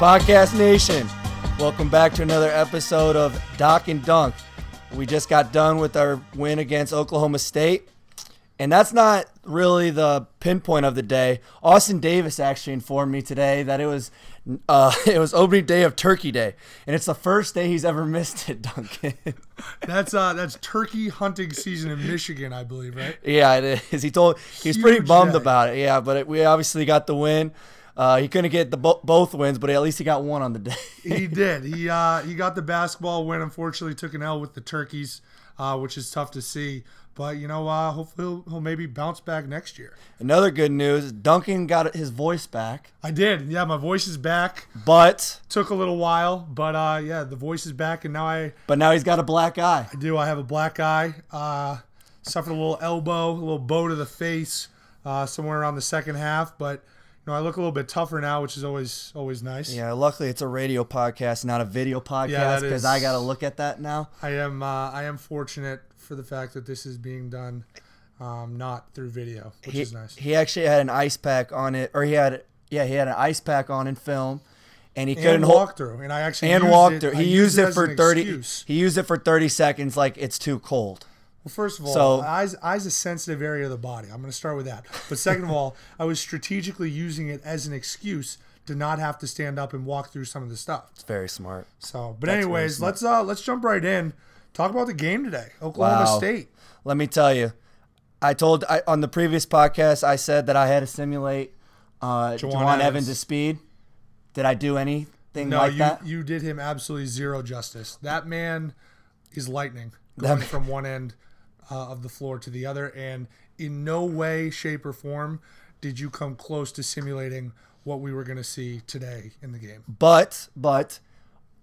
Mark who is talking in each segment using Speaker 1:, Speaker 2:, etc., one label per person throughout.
Speaker 1: Podcast Nation, welcome back to another episode of Doc and Dunk. We just got done with our win against Oklahoma State, and that's not really the pinpoint of the day. Austin Davis actually informed me today that it was uh, it was opening day of Turkey Day, and it's the first day he's ever missed it, Duncan.
Speaker 2: That's uh that's turkey hunting season in Michigan, I believe, right?
Speaker 1: Yeah, it is. He told he was pretty
Speaker 2: Huge
Speaker 1: bummed
Speaker 2: day.
Speaker 1: about it. Yeah, but it, we obviously got the win. Uh, he couldn't get the bo- both wins, but at least he got one on the day.
Speaker 2: He did. He uh he got the basketball win. Unfortunately, took an L with the turkeys, uh, which is tough to see. But you know, uh, hopefully he'll, he'll maybe bounce back next year.
Speaker 1: Another good news: Duncan got his voice back,
Speaker 2: I did. Yeah, my voice is back.
Speaker 1: but
Speaker 2: Took a little while, but uh, yeah, the voice is back, and now I
Speaker 1: but now he's got a black eye.
Speaker 2: I do. I have a black eye. Uh, suffered a little elbow, a little bow to the face, uh, somewhere around the second half. But you know, I look a little bit tougher now, which is always always nice.
Speaker 1: Yeah, luckily it's a radio podcast, not a video podcast,
Speaker 2: that
Speaker 1: because
Speaker 2: is-
Speaker 1: I got to look at that now.
Speaker 2: I am uh, I am fortunate for the fact that this is being done, um, not through video, which
Speaker 1: he,
Speaker 2: is nice.
Speaker 1: he actually had an ice pack on it, or he had yeah, he had an ice pack on in film, and he couldn't
Speaker 2: And
Speaker 1: hold.
Speaker 2: walk through, and I actually
Speaker 1: and
Speaker 2: used
Speaker 1: walked
Speaker 2: it-
Speaker 1: through.
Speaker 2: I
Speaker 1: He used it
Speaker 2: as
Speaker 1: for
Speaker 2: an
Speaker 1: thirty.
Speaker 2: excuse.
Speaker 1: He used it for thirty seconds, like it's too cold.
Speaker 2: Well, first of all,
Speaker 1: So-
Speaker 2: eyes eyes a sensitive area of the body. I'm going to start with that. But second of all, I was strategically using it as an excuse to not have to stand up and walk through some of the stuff.
Speaker 1: It's very smart.
Speaker 2: So, but
Speaker 1: really
Speaker 2: anyways,
Speaker 1: smart.
Speaker 2: let's uh let's jump right in. Talk about the game today, Oklahoma
Speaker 1: Wow.
Speaker 2: State.
Speaker 1: Let me tell you, I told I, on the previous podcast I said that I had to simulate uh, Jawan,
Speaker 2: Evans.
Speaker 1: Evans' speed. Did I do anything
Speaker 2: No,
Speaker 1: like
Speaker 2: you
Speaker 1: that?
Speaker 2: you did him absolutely zero justice. That man is lightning
Speaker 1: That
Speaker 2: going
Speaker 1: man-
Speaker 2: from one end uh, of the floor to the other, and in no way, shape, or form did you come close to simulating what we were going to see today in the game.
Speaker 1: But but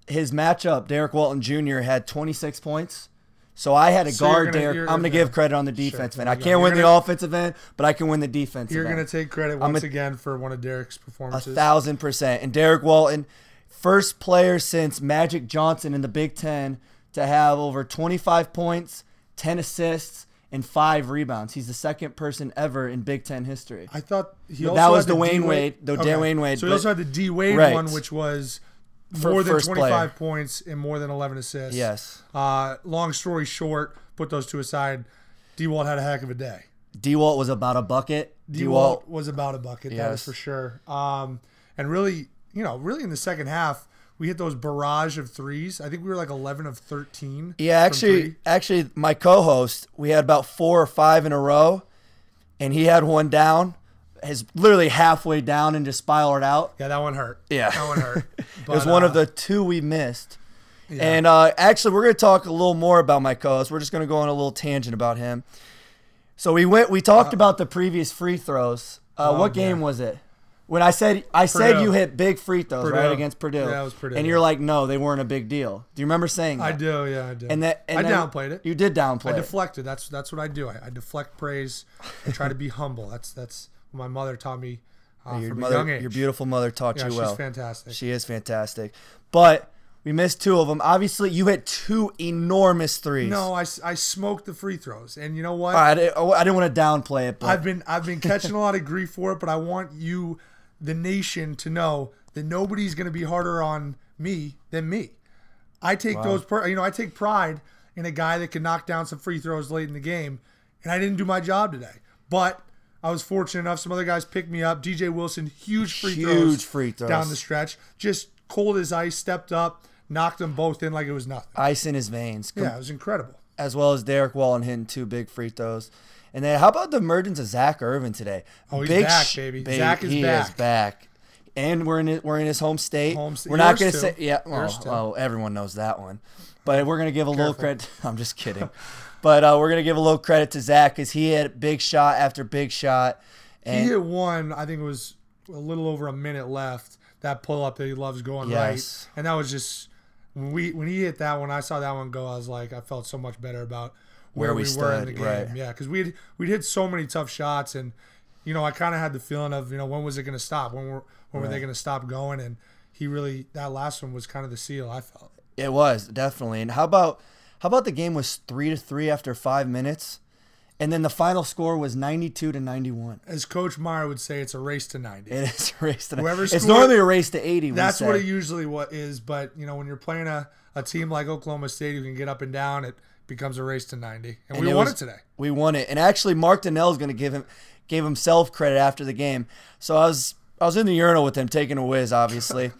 Speaker 1: his matchup, Derek Walton Jr. had 26 points. So I had to
Speaker 2: So you're
Speaker 1: guard
Speaker 2: gonna-
Speaker 1: Derek.
Speaker 2: you're-
Speaker 1: I'm gonna
Speaker 2: yeah.
Speaker 1: give credit on the defense,
Speaker 2: there
Speaker 1: man. I
Speaker 2: you go.
Speaker 1: can't
Speaker 2: You're
Speaker 1: win the
Speaker 2: gonna-
Speaker 1: offensive end, but I can win the defense.
Speaker 2: You're going to take credit
Speaker 1: I'm
Speaker 2: once
Speaker 1: a-
Speaker 2: again for one of Derek's
Speaker 1: A
Speaker 2: performances.
Speaker 1: thousand percent. And Derek Walton, first player since Magic Johnson in the Big Ten to have over 25 points, 10 assists, and five rebounds. He's the second person ever in Big Ten history.
Speaker 2: I thought he
Speaker 1: But
Speaker 2: also
Speaker 1: that was
Speaker 2: had the
Speaker 1: Dwayne
Speaker 2: D
Speaker 1: Wade- the Dwayne Wade,
Speaker 2: So he
Speaker 1: but-
Speaker 2: also had the D Wade
Speaker 1: Right.
Speaker 2: one, which was
Speaker 1: For
Speaker 2: more than
Speaker 1: first player.
Speaker 2: 25 points and more than 11 assists.
Speaker 1: Yes.
Speaker 2: Uh, long story short, put those two aside. D Walt had a heck of a day.
Speaker 1: D Walt was about a bucket.
Speaker 2: D
Speaker 1: D Walt,
Speaker 2: Walt was about a bucket, that
Speaker 1: Yes.
Speaker 2: is for sure. Um, and really, you know, really in the second half, we hit those barrage of threes. I think we were like 11 of 13.
Speaker 1: Yeah,
Speaker 2: from
Speaker 1: actually,
Speaker 2: three.
Speaker 1: actually, my co-host, we had about four or five in a row, and he had one down. Is literally halfway down and just spiraled out.
Speaker 2: Yeah, that one hurt.
Speaker 1: Yeah.
Speaker 2: That one hurt.
Speaker 1: it was
Speaker 2: But,
Speaker 1: one
Speaker 2: uh,
Speaker 1: of the two we missed. And uh, actually, we're going to talk a little more about my co-host. We're just going to go on a little tangent about him. So we went. We
Speaker 2: Uh,
Speaker 1: talked about the previous free throws. Uh, what game was it? When I said I said
Speaker 2: Oh, Purdue.
Speaker 1: you hit big free throws right
Speaker 2: Purdue.
Speaker 1: against Purdue,
Speaker 2: Yeah, it was Purdue.
Speaker 1: and you're like, no, they weren't a big deal. Do you remember saying that?
Speaker 2: I do, yeah, I do.
Speaker 1: And that and
Speaker 2: I
Speaker 1: then-
Speaker 2: downplayed it.
Speaker 1: You did downplay.
Speaker 2: I
Speaker 1: it.
Speaker 2: deflected. That's that's what I do. I, I deflect praise. I try to be humble. That's that's what my mother taught me uh,
Speaker 1: your
Speaker 2: from
Speaker 1: mother,
Speaker 2: a young age.
Speaker 1: your beautiful mother taught
Speaker 2: Yeah,
Speaker 1: you
Speaker 2: she's
Speaker 1: well.
Speaker 2: fantastic.
Speaker 1: She is fantastic, but we missed two of them. Obviously, you hit two enormous threes.
Speaker 2: no, I, s- I smoked the free throws, and you know what?
Speaker 1: I didn't, I didn't want to downplay it, but
Speaker 2: I've been I've been catching a lot of grief for it, but I want you, the nation, to know that nobody's going to be harder on me than me. I take those, per, you know, I take pride in a guy that can knock down some free throws late in the game, and I didn't do my job today. But I was fortunate enough; some other guys picked me up. DJ Wilson, huge free
Speaker 1: Huge
Speaker 2: throws,
Speaker 1: free throws.
Speaker 2: down the stretch, just cold as ice, stepped up, knocked them both in like it was nothing.
Speaker 1: ice in his veins, com-
Speaker 2: Yeah, it was incredible.
Speaker 1: as well as Derek Wallen hitting two big free throws. And then how about the emergence of Zach Irvin today? Oh,
Speaker 2: he's back, baby. Zach is
Speaker 1: he is
Speaker 2: back.
Speaker 1: back. And we're in his, we're in his home state.
Speaker 2: Home st-
Speaker 1: we're not going
Speaker 2: yours
Speaker 1: to
Speaker 2: too.
Speaker 1: say yeah.
Speaker 2: Yours
Speaker 1: Oh,
Speaker 2: too.
Speaker 1: oh, everyone knows that one, but we're going to give a little credit. I'm just kidding, but uh, we're going to give a little credit to Zach because he had big shot after big shot.
Speaker 2: He
Speaker 1: And
Speaker 2: hit one. I think it was a little over a minute left. That pull up that he loves going
Speaker 1: Yes.
Speaker 2: right, and that was just when we when he hit that one. I saw that one go. I was like, I felt so much better about where,
Speaker 1: Where we
Speaker 2: we, were in the
Speaker 1: stood,
Speaker 2: game.
Speaker 1: right.
Speaker 2: Yeah, because we we hit so many tough shots, and you know, I kind of had the feeling of you know when was it going to stop? When were when were they going to stop going? And he really that last one was kind of the seal. I felt.
Speaker 1: it was definitely. And how about how about the game was three to three after five minutes, And then the final score was 92 to 91.
Speaker 2: As Coach Meyer would say, it's a race to 90.
Speaker 1: It is a race to
Speaker 2: Whoever
Speaker 1: It's
Speaker 2: scored-
Speaker 1: normally a race to 80. we
Speaker 2: That's what
Speaker 1: say.
Speaker 2: it usually what is, but you know when you're playing a, a team like Oklahoma State who can get up and down, it becomes a race to 90, and, we
Speaker 1: it
Speaker 2: won
Speaker 1: was-
Speaker 2: it today.
Speaker 1: We won it, and actually, Mark Donnell is going to give him gave himself credit after the game. So I was I was in the urinal with him taking a whiz, obviously,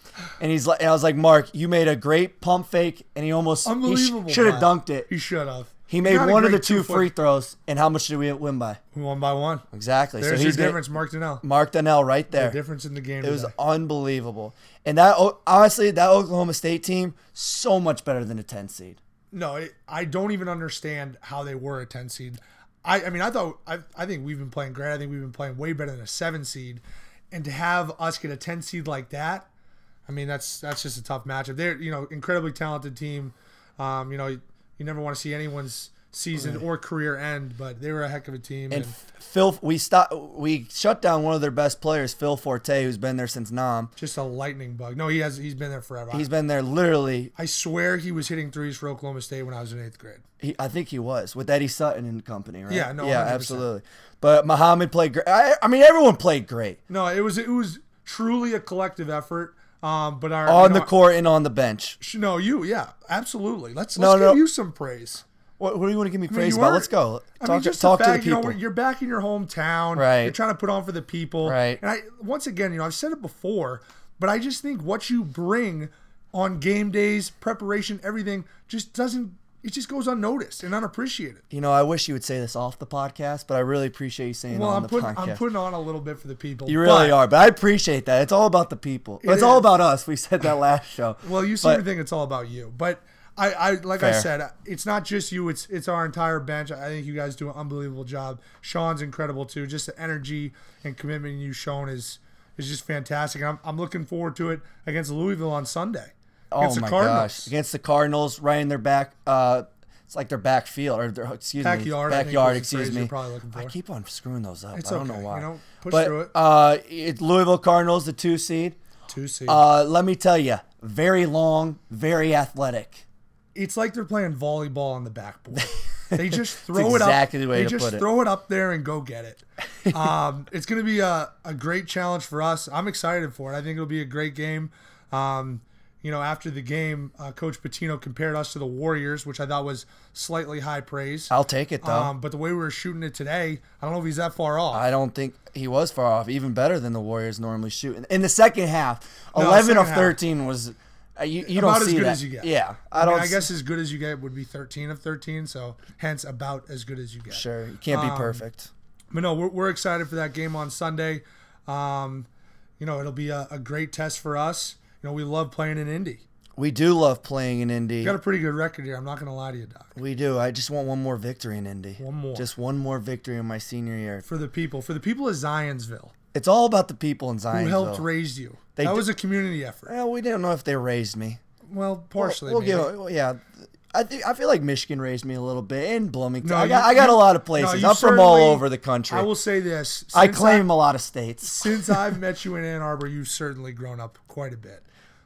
Speaker 1: and he's like, and I was like, Mark, you made a great pump fake, and he almost
Speaker 2: Unbelievable!
Speaker 1: should have
Speaker 2: Pat.
Speaker 1: dunked it.
Speaker 2: He should have.
Speaker 1: He made
Speaker 2: got a
Speaker 1: one of the
Speaker 2: great
Speaker 1: two
Speaker 2: two-foot-
Speaker 1: free throws, and how much did we win by?
Speaker 2: One by one.
Speaker 1: Exactly. so
Speaker 2: There's your
Speaker 1: he's gonna-
Speaker 2: difference, Mark Donnell.
Speaker 1: Mark Donnell right there.
Speaker 2: Difference in the game.
Speaker 1: It was
Speaker 2: today.
Speaker 1: unbelievable, and that O- honestly, that Oklahoma State team so much better than a ten seed.
Speaker 2: no. It, I don't even understand how they were a 10 seed. I, I mean, I thought I, I think we've been playing great. I think we've been playing way better than a seven seed, and to have us get a 10 seed like that, I mean, that's that's just a tough matchup. They're you know incredibly talented team. Um, you know, you, you never want to see anyone's season or career end, but they were a heck of a team.
Speaker 1: And
Speaker 2: and-
Speaker 1: F- Phil, we stop, we shut down one of their best players, Phil Forte, who's been there since Nam.
Speaker 2: just a lightning bug. No, he has. He's been there forever.
Speaker 1: He's been there literally.
Speaker 2: I swear he was hitting threes for Oklahoma State when I was in eighth grade.
Speaker 1: He, I think he was with Eddie Sutton and company, right?
Speaker 2: Yeah, no,
Speaker 1: yeah,
Speaker 2: 100%.
Speaker 1: absolutely. But Muhammad played great. I, I mean, everyone played great
Speaker 2: No, it was it was truly a collective effort. Um, but our
Speaker 1: on
Speaker 2: you
Speaker 1: the
Speaker 2: know,
Speaker 1: court and on the bench.
Speaker 2: sh- No, you yeah, absolutely. Let's
Speaker 1: No,
Speaker 2: let's
Speaker 1: no.
Speaker 2: give you some praise.
Speaker 1: What, what do you want to give me
Speaker 2: I mean,
Speaker 1: praise
Speaker 2: you
Speaker 1: about?
Speaker 2: weren't-
Speaker 1: Let's go.
Speaker 2: I
Speaker 1: Talk,
Speaker 2: mean,
Speaker 1: to,
Speaker 2: just
Speaker 1: talk
Speaker 2: the
Speaker 1: to the
Speaker 2: fact,
Speaker 1: people.
Speaker 2: You know, you're back in your hometown.
Speaker 1: Right.
Speaker 2: You're trying to put on for the people.
Speaker 1: Right.
Speaker 2: And I once again, you know, I've said it before, but I just think what you bring on game days, preparation, everything, just doesn't. It just goes unnoticed and unappreciated.
Speaker 1: You know, I wish you would say this off the podcast, but I really appreciate you saying
Speaker 2: Well,
Speaker 1: it on
Speaker 2: I'm
Speaker 1: the
Speaker 2: putting
Speaker 1: podcast.
Speaker 2: I'm putting on a little bit for the people.
Speaker 1: you really
Speaker 2: but-
Speaker 1: are, but I appreciate that. It's all about the people. It's all
Speaker 2: is.
Speaker 1: about us. We said that last show.
Speaker 2: Well, you
Speaker 1: But-
Speaker 2: seem to think it's all about you, but I, I like I
Speaker 1: Fair.
Speaker 2: said, it's not just you. It's it's our entire bench. I think you guys do an unbelievable job. Sean's incredible too. Just the energy and commitment you've shown is is just fantastic. I'm I'm looking forward to it against Louisville on Sunday.
Speaker 1: Oh
Speaker 2: against the
Speaker 1: my
Speaker 2: Cardinals.
Speaker 1: gosh! Against the Cardinals, right in their back. Uh, it's like their backfield or their excuse
Speaker 2: Backyard,
Speaker 1: me,
Speaker 2: I think
Speaker 1: backyard.
Speaker 2: was the
Speaker 1: Excuse
Speaker 2: phrase
Speaker 1: me.
Speaker 2: you're probably looking
Speaker 1: I
Speaker 2: for.
Speaker 1: keep on screwing those up.
Speaker 2: It's
Speaker 1: I don't
Speaker 2: okay,
Speaker 1: know why.
Speaker 2: you know, push
Speaker 1: but,
Speaker 2: through it.
Speaker 1: Uh, it's Louisville Cardinals, the two seed.
Speaker 2: Two seed.
Speaker 1: Uh, let me tell you, very long, very athletic.
Speaker 2: it's like they're playing volleyball on the backboard. They just throw it
Speaker 1: exactly
Speaker 2: up.
Speaker 1: the way
Speaker 2: they
Speaker 1: to
Speaker 2: just
Speaker 1: put it.
Speaker 2: throw it up there and go get it. Um, it's going to be a, a great challenge for us. I'm excited for it. I think it'll be a great game. Um, you know, after the game, uh, Coach Patino compared us to the Warriors, which I thought was slightly high praise.
Speaker 1: I'll take it though.
Speaker 2: Um, but the way we were shooting it today, I don't know if he's that far off.
Speaker 1: I don't think he was far off. Even better than the Warriors normally shoot. In, in the second half, eleven
Speaker 2: second
Speaker 1: of
Speaker 2: half.
Speaker 1: thirteen was. Uh, you you
Speaker 2: About
Speaker 1: don't
Speaker 2: as
Speaker 1: see
Speaker 2: good
Speaker 1: that.
Speaker 2: as you get.
Speaker 1: Yeah, I,
Speaker 2: I, mean,
Speaker 1: don't.
Speaker 2: I
Speaker 1: s-
Speaker 2: guess as good as you get would be 13 of 13, so hence about as good as you get.
Speaker 1: Sure, you can't
Speaker 2: um,
Speaker 1: be perfect.
Speaker 2: But no, we're, we're excited for that game on Sunday. Um, you know, it'll be a, a great test for us. You know, we love playing in Indy.
Speaker 1: We do love playing in Indy.
Speaker 2: Got a pretty good record here. I'm not going to lie to you, Doc.
Speaker 1: We do. I just want one more victory in Indy.
Speaker 2: One more.
Speaker 1: Just one more victory in my senior year.
Speaker 2: For the people, for the people of Zionsville
Speaker 1: It's all about the people in
Speaker 2: who
Speaker 1: Zion.
Speaker 2: helped raise you.
Speaker 1: They
Speaker 2: that
Speaker 1: d-
Speaker 2: was a community effort.
Speaker 1: well, we don't know if they raised me.
Speaker 2: Well, partially.
Speaker 1: we'll give.
Speaker 2: maybe.
Speaker 1: well, Yeah, I think I feel like Michigan raised me a little bit, and Bloomington.
Speaker 2: No,
Speaker 1: I got,
Speaker 2: you-
Speaker 1: I got
Speaker 2: you-
Speaker 1: a lot of
Speaker 2: no,
Speaker 1: places.
Speaker 2: you
Speaker 1: I'm from all
Speaker 2: certainly-
Speaker 1: over the country.
Speaker 2: I will say this.
Speaker 1: I
Speaker 2: since
Speaker 1: claim a lot of states.
Speaker 2: since I've met you in Ann Arbor, you've certainly grown up quite a bit.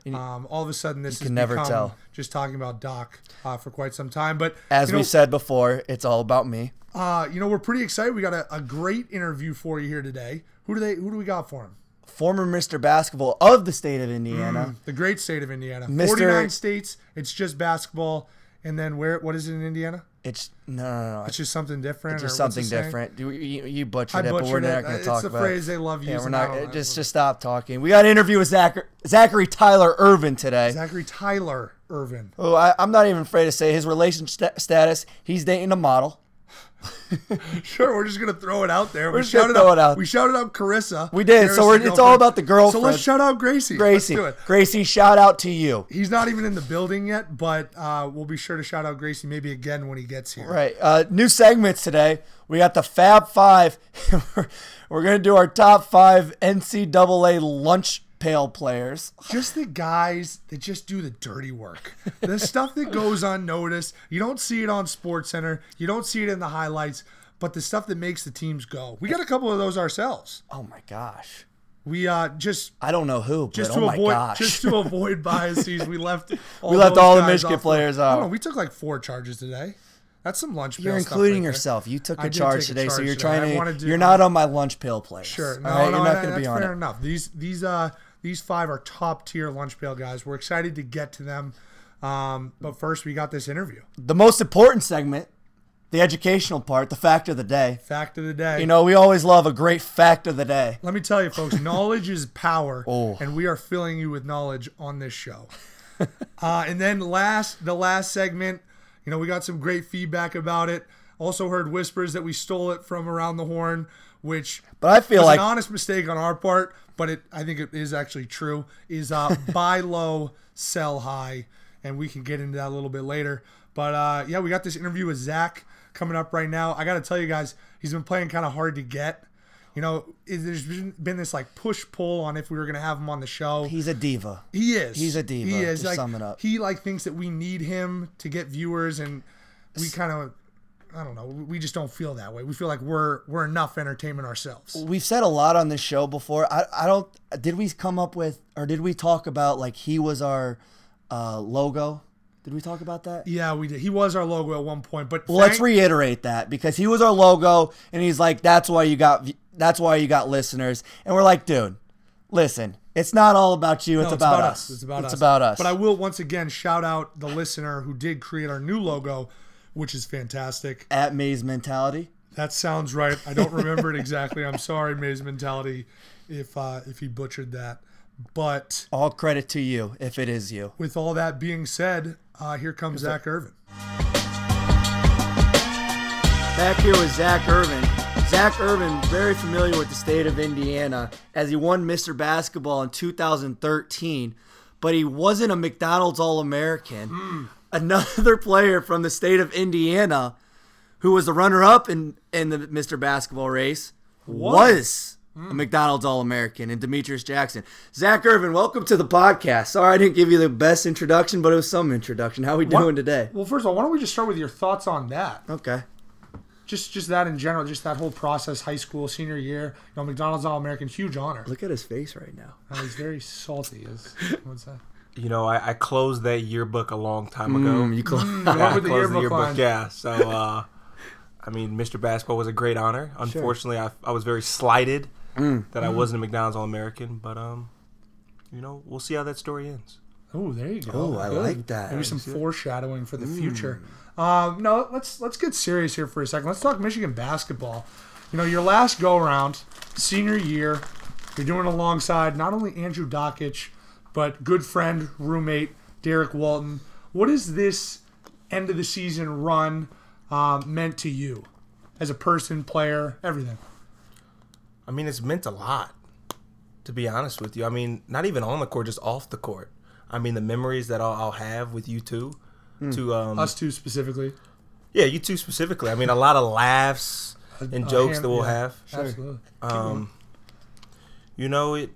Speaker 2: Um, all of a sudden, this
Speaker 1: can
Speaker 2: has
Speaker 1: never
Speaker 2: become
Speaker 1: tell.
Speaker 2: just talking about Doc uh, for quite some time. But
Speaker 1: As
Speaker 2: you know,
Speaker 1: we said before, it's all about me.
Speaker 2: Uh, you know, we're pretty excited. We got a, a great interview for you here today. Who do they? Who do we got for him?
Speaker 1: Former Mr. Basketball of the state of Indiana.
Speaker 2: The great state of Indiana.
Speaker 1: Mr.
Speaker 2: Forty-nine states. It's just basketball, and then where? What is it in Indiana?
Speaker 1: It's no, no, no.
Speaker 2: It's just something different.
Speaker 1: There's
Speaker 2: or what's
Speaker 1: something
Speaker 2: the saying?
Speaker 1: different. You, you, you butchered
Speaker 2: I
Speaker 1: it, but we're
Speaker 2: butchered
Speaker 1: not
Speaker 2: it.
Speaker 1: going to
Speaker 2: It's
Speaker 1: talk
Speaker 2: the
Speaker 1: about
Speaker 2: phrase
Speaker 1: it.
Speaker 2: they love
Speaker 1: Yeah, we're
Speaker 2: using. I don't
Speaker 1: not. uh,
Speaker 2: like
Speaker 1: Just,
Speaker 2: it.
Speaker 1: just stop talking. We got an interview with Zachary, Zachary Tyler Irvin today.
Speaker 2: Zachary Tyler Irvin.
Speaker 1: who I, I'm not even afraid to say his relationship sta- status. He's dating a model.
Speaker 2: Sure, we're just gonna throw it out there. we
Speaker 1: just gonna
Speaker 2: shouted
Speaker 1: throw
Speaker 2: out,
Speaker 1: it out.
Speaker 2: We shouted out Carissa.
Speaker 1: We did, so we're-
Speaker 2: Harris's
Speaker 1: it's all
Speaker 2: girlfriend.
Speaker 1: about the
Speaker 2: So
Speaker 1: girlfriend.
Speaker 2: let's shout out Gracie. Let's
Speaker 1: Gracie,
Speaker 2: do it.
Speaker 1: Gracie, shout out to you.
Speaker 2: He's not even in the building yet, but uh, we'll be sure to shout out Gracie maybe again when he gets here.
Speaker 1: Right. Uh, new segments today. We got the Fab Five. we're we're gonna do our top five NCAA lunch pail players.
Speaker 2: just the guys that just do the dirty work the stuff that goes unnoticed you don't see it on sports center you don't see it in the highlights but the stuff that makes the teams go we got a couple of those ourselves
Speaker 1: Oh my gosh.
Speaker 2: we uh just
Speaker 1: I don't know who, but
Speaker 2: just
Speaker 1: oh
Speaker 2: to
Speaker 1: my
Speaker 2: avoid
Speaker 1: gosh.
Speaker 2: just to avoid biases we left all
Speaker 1: left
Speaker 2: those
Speaker 1: all the
Speaker 2: guys
Speaker 1: Michigan
Speaker 2: off
Speaker 1: players
Speaker 2: I don't
Speaker 1: out.
Speaker 2: know, we took like four charges today That's some lunch.
Speaker 1: You're
Speaker 2: pail stuff
Speaker 1: including
Speaker 2: right there.
Speaker 1: yourself. You took
Speaker 2: I
Speaker 1: the
Speaker 2: did
Speaker 1: charge
Speaker 2: take a
Speaker 1: today, so
Speaker 2: charge
Speaker 1: you're
Speaker 2: today. I
Speaker 1: trying
Speaker 2: wanna
Speaker 1: to.
Speaker 2: do-
Speaker 1: you're not on my lunch pail playlist.
Speaker 2: Sure. No,
Speaker 1: all right?
Speaker 2: no,
Speaker 1: you're not
Speaker 2: that-
Speaker 1: going to be
Speaker 2: that's
Speaker 1: on
Speaker 2: fair
Speaker 1: it.
Speaker 2: enough. These these uh these five are top tier lunch pail guys. We're excited to get to them. Um, but first we got this interview.
Speaker 1: The most important segment, the educational part, the fact of the day.
Speaker 2: Fact of the day.
Speaker 1: You know, we always love a great fact of the day.
Speaker 2: Let me tell you, folks, knowledge is power,
Speaker 1: Oh.
Speaker 2: and we are filling you with knowledge on this show. uh, and then last, the last segment, you know, we got some great feedback about it. Also heard whispers that we stole it from around the horn, which
Speaker 1: But I feel
Speaker 2: was
Speaker 1: like
Speaker 2: an honest mistake on our part, but it I think it is actually true. Is uh, buy low, sell high, and we can get into that a little bit later. But uh, yeah, we got this interview with Zach coming up right now. I got to tell you guys, he's been playing kind of hard to get. You know, it, there's been, been this like push pull on if we were gonna have him on the show.
Speaker 1: he's a diva.
Speaker 2: He is.
Speaker 1: He's a diva,
Speaker 2: He is.
Speaker 1: to
Speaker 2: like,
Speaker 1: sum it up.
Speaker 2: He like thinks that we need him to get viewers, and we kind of, I don't know. We just don't feel that way. We feel like we're we're enough entertainment ourselves.
Speaker 1: We've said a lot on this show before. I, I don't. Did we come up with, or did we talk about like he was our uh, logo? Did we talk about that?
Speaker 2: Yeah, we did. He was our logo at one point, but
Speaker 1: Well, let's
Speaker 2: Frank-
Speaker 1: reiterate that because he was our logo, and he's like, "That's why you got, that's why you got listeners." And we're like, "Dude, listen, it's not all about you. It's,
Speaker 2: No,
Speaker 1: about, us.
Speaker 2: It's about us.
Speaker 1: It's about us."
Speaker 2: But I will once again shout out the listener who did create our new logo, which is fantastic.
Speaker 1: at Maze mentality.
Speaker 2: That sounds right. I don't remember it exactly. I'm sorry, Maze Mentality, if uh, if he butchered that. But
Speaker 1: All credit to you if it is you.
Speaker 2: with all that being said, uh, here comes Zach Irvin.
Speaker 1: Back here with Zach Irvin. Zach Irvin, very familiar with the state of Indiana, as he won Mr. Basketball in 2013, but he wasn't a McDonald's All American. Another player from the state of Indiana, who was the runner up in, in the Mr. Basketball race, was a McDonald's All American in Demetrius Jackson. Zach Irvin, welcome to the podcast. Sorry I didn't give you the best introduction, but it was some introduction. How we doing today?
Speaker 2: Well, first of all, why don't we just start with your thoughts on that?
Speaker 1: Okay.
Speaker 2: Just just that in general, just that whole process, high school, senior year, you know, McDonald's All American, huge honor.
Speaker 1: Look at his face right now.
Speaker 2: Uh, he's very salty. Is what's that?
Speaker 3: you know, I, I closed that yearbook a long time ago.
Speaker 1: Mm, you close.
Speaker 3: Yeah, I
Speaker 2: What would the
Speaker 3: closed
Speaker 2: yearbook line?
Speaker 3: Yeah, so uh, I mean, Mr. Basketball was a great honor. Unfortunately, I, I was very slighted that I
Speaker 2: Mm.
Speaker 3: wasn't a McDonald's All American, but um, you know, we'll see how that story ends.
Speaker 2: Oh, there you go.
Speaker 1: Oh, I
Speaker 2: Good.
Speaker 1: like that.
Speaker 2: Maybe some foreshadowing for the
Speaker 1: Mm.
Speaker 2: future. Um, no, let's let's get serious here for a second. Let's talk Michigan basketball. You know, your last go around, senior year, you're doing alongside not only Andrew Dockich, but good friend, roommate Derek Walton. What is this end of the season run um, meant to you, as a person, player, everything?
Speaker 3: I mean, it's meant a lot, to be honest with you. I mean, not even on the court, just off the court. I mean, the memories that I'll, I'll have with you two, to
Speaker 2: Mm.
Speaker 3: um,
Speaker 1: Mm.
Speaker 2: Us two specifically.
Speaker 3: yeah, you two specifically. I mean, a lot of laughs and
Speaker 2: uh,
Speaker 3: jokes
Speaker 2: ham-
Speaker 3: that we'll
Speaker 2: yeah.
Speaker 3: have.
Speaker 2: Absolutely.
Speaker 3: Um, you know it.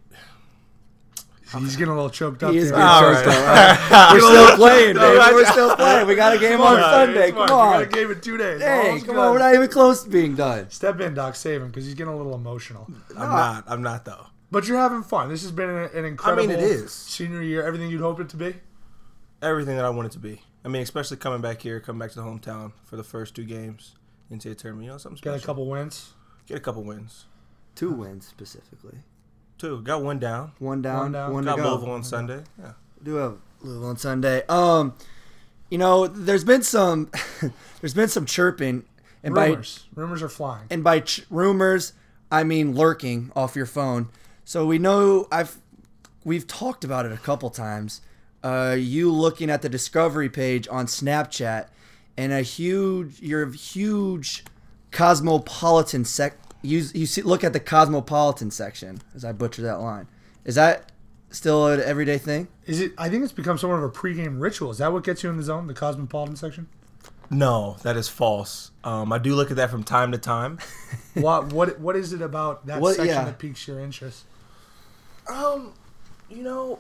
Speaker 2: He's getting a little choked up.
Speaker 1: He is
Speaker 2: there.
Speaker 1: getting
Speaker 3: All
Speaker 1: choked
Speaker 3: right.
Speaker 1: up. All right. We're still playing, baby.
Speaker 3: I-
Speaker 1: We're still playing. We got a
Speaker 2: Ah,
Speaker 1: game on Sunday. Come on.
Speaker 2: gave it two days.
Speaker 1: Hey, come on. We're not even close to being done.
Speaker 2: Step in, Doc. Save him because he's getting a little emotional.
Speaker 3: I'm not. I'm not though.
Speaker 2: But you're having fun. This has been an, an incredible
Speaker 3: it is.
Speaker 2: senior year. Everything you'd hoped it to be.
Speaker 3: Everything that I want it to be. I mean, especially coming back here, coming back to the hometown for the first two games into the tournament. You know, something
Speaker 2: Got
Speaker 3: special.
Speaker 2: a couple wins.
Speaker 3: Get a couple wins.
Speaker 1: Two wins specifically.
Speaker 3: Two. Got one down.
Speaker 1: One down. One,
Speaker 2: One down.
Speaker 1: to
Speaker 3: Got
Speaker 1: go.
Speaker 3: Louisville on Sunday. Yeah.
Speaker 1: do have Louisville on Sunday. Um, you know, there's been some, there's been some chirping, and by
Speaker 2: Rumors. Rumors are flying.
Speaker 1: and by ch- rumors i mean lurking off your phone so we know i've we've talked about it a couple times uh, you looking at the discovery page on snapchat and a huge your huge cosmopolitan sec you, you see look at the cosmopolitan section as i butcher that line is that still an everyday thing
Speaker 2: Is it? I think it's become somewhat of a pregame ritual. Is that what gets you in the zone? The cosmopolitan section.
Speaker 3: No, that is false. Um, I do look at that from time to time.
Speaker 2: what? What? What is it about that
Speaker 1: What-
Speaker 2: section
Speaker 1: yeah.
Speaker 2: that piques your interest?
Speaker 3: Um, you know,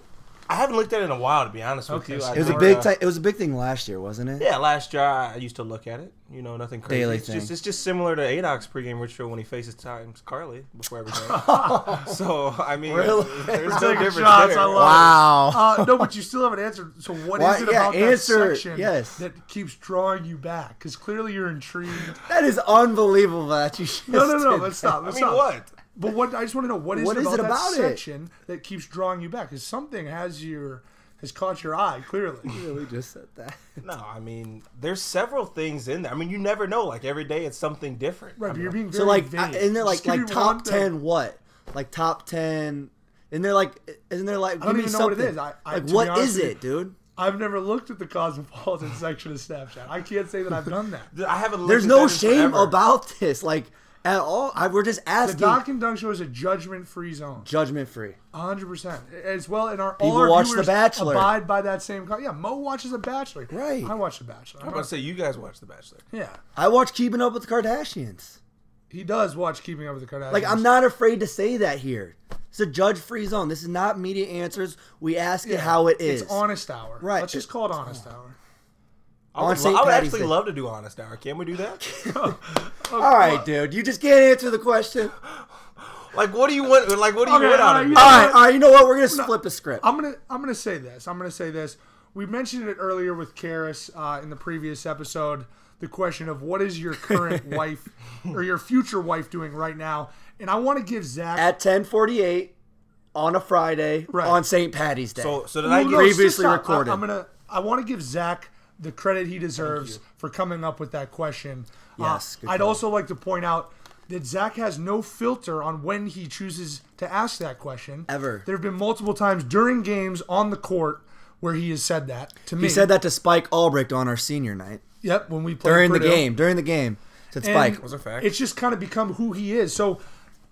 Speaker 3: I haven't looked at it in a while, to be honest
Speaker 2: Okay,
Speaker 3: with you.
Speaker 2: so
Speaker 3: I
Speaker 2: it
Speaker 1: It was a
Speaker 3: think,
Speaker 1: big
Speaker 3: uh,
Speaker 1: ti- it was a big thing last year, wasn't it?
Speaker 3: Yeah, last year I used to look at it. You know, nothing crazy.
Speaker 1: Daily
Speaker 3: it's
Speaker 1: thing.
Speaker 3: just it's just similar to Adoc's pregame ritual when he faces times Carly before every game. so I mean,
Speaker 1: Really?
Speaker 3: there's
Speaker 2: We're
Speaker 3: no
Speaker 2: taking
Speaker 3: difference
Speaker 2: shots,
Speaker 3: there.
Speaker 2: I love
Speaker 1: Wow.
Speaker 2: Uh, no, but you still haven't answered. So what
Speaker 1: Oh.
Speaker 2: is
Speaker 1: Why-
Speaker 2: it
Speaker 1: yeah,
Speaker 2: about
Speaker 1: answer,
Speaker 2: that section
Speaker 1: yes.
Speaker 2: that keeps drawing you back? Because clearly you're intrigued.
Speaker 1: That is unbelievable that you just
Speaker 2: No, no, no.
Speaker 1: did
Speaker 2: Let's
Speaker 1: that.
Speaker 2: stop.
Speaker 3: I
Speaker 2: Let's
Speaker 3: mean,
Speaker 2: stop.
Speaker 3: what?
Speaker 2: But what I just want to know what is,
Speaker 1: What
Speaker 2: it,
Speaker 1: is
Speaker 2: about
Speaker 1: it about it?
Speaker 2: that section that keeps drawing you back? Because something has your has caught your eye clearly.
Speaker 1: Yeah, we just said that.
Speaker 3: No, I mean, there's several things in there. I mean, you never know. Like every day, it's something different.
Speaker 2: Right,
Speaker 3: I
Speaker 2: but
Speaker 3: mean,
Speaker 2: you're being very
Speaker 1: So like,
Speaker 2: vague.
Speaker 1: I- isn't there like
Speaker 2: Just give
Speaker 1: like
Speaker 2: me
Speaker 1: top
Speaker 2: one thing.
Speaker 1: ten what? Like top ten? Isn't there like? Isn't there like? I
Speaker 2: don't even know what it is. I- I- to
Speaker 1: like
Speaker 2: be
Speaker 1: what
Speaker 2: honest
Speaker 1: is
Speaker 2: with you-
Speaker 1: it, dude?
Speaker 2: I've never looked at the cosmopolitan section of Snapchat. I can't say that I've done that.
Speaker 3: I haven't. Looked
Speaker 1: There's
Speaker 3: at
Speaker 1: no
Speaker 3: that in
Speaker 1: shame
Speaker 3: forever.
Speaker 1: about this, like at all. I, we're just
Speaker 2: The
Speaker 1: asking,
Speaker 2: Doc and Dunk Show is a judgment-free zone,
Speaker 1: judgment free.
Speaker 2: hundred percent. As well, and our
Speaker 1: People
Speaker 2: all our
Speaker 1: watch The
Speaker 2: viewers
Speaker 1: Bachelor.
Speaker 2: abide by that same. Co- yeah, Mo watches The Bachelor.
Speaker 1: Right.
Speaker 2: I watch The Bachelor.
Speaker 3: I'm about to say you guys watch The Bachelor.
Speaker 2: yeah,
Speaker 1: I watch Keeping Up with the Kardashians.
Speaker 2: he does watch Keeping Up with the Kardashians.
Speaker 1: Like I'm not afraid to say that here. It's a judge free zone. This is not media answers. We ask it how it is.
Speaker 2: It's honest hour.
Speaker 1: Right.
Speaker 2: Let's just call it honest hour.
Speaker 3: I
Speaker 1: On
Speaker 3: would,
Speaker 1: St.
Speaker 3: I would
Speaker 1: Patty's
Speaker 3: actually
Speaker 1: Day.
Speaker 3: love to do Honest Hour. Can we do that?
Speaker 1: all right, dude. You just can't answer the question.
Speaker 3: like, what do you want? Like, what do you
Speaker 2: Okay,
Speaker 3: want out
Speaker 2: alright,
Speaker 3: of me?
Speaker 2: you-
Speaker 1: All right, all right. You know what? We're gonna flip the script.
Speaker 2: I'm gonna I'm gonna say this. I'm gonna say this. We mentioned it earlier with Karis uh, in the previous episode. The question of what is your current wife or your future wife doing right now? And I want to give Zach.
Speaker 1: at 10:48 on a Friday
Speaker 2: Right.
Speaker 1: on St. Patty's Day.
Speaker 3: So, so did
Speaker 2: Well,
Speaker 3: I
Speaker 2: no,
Speaker 3: get?
Speaker 1: previously
Speaker 2: stop, stop.
Speaker 1: recorded.
Speaker 2: I, am gonna. I want to give Zach the credit he deserves for coming up with that question. Uh,
Speaker 1: Yes, good
Speaker 2: I'd
Speaker 1: call.
Speaker 2: also like to point out that Zach has no filter on when he chooses to ask that question.
Speaker 1: Ever.
Speaker 2: There have been multiple times during games on the court where he has said that to me.
Speaker 1: he said that to Spike Albrecht on our senior night
Speaker 2: Yep, when we played
Speaker 1: during the
Speaker 2: Purdue.
Speaker 1: game. During the game, said
Speaker 2: And
Speaker 1: Spike.
Speaker 3: was a fact.
Speaker 2: It's just kind of become who he is. So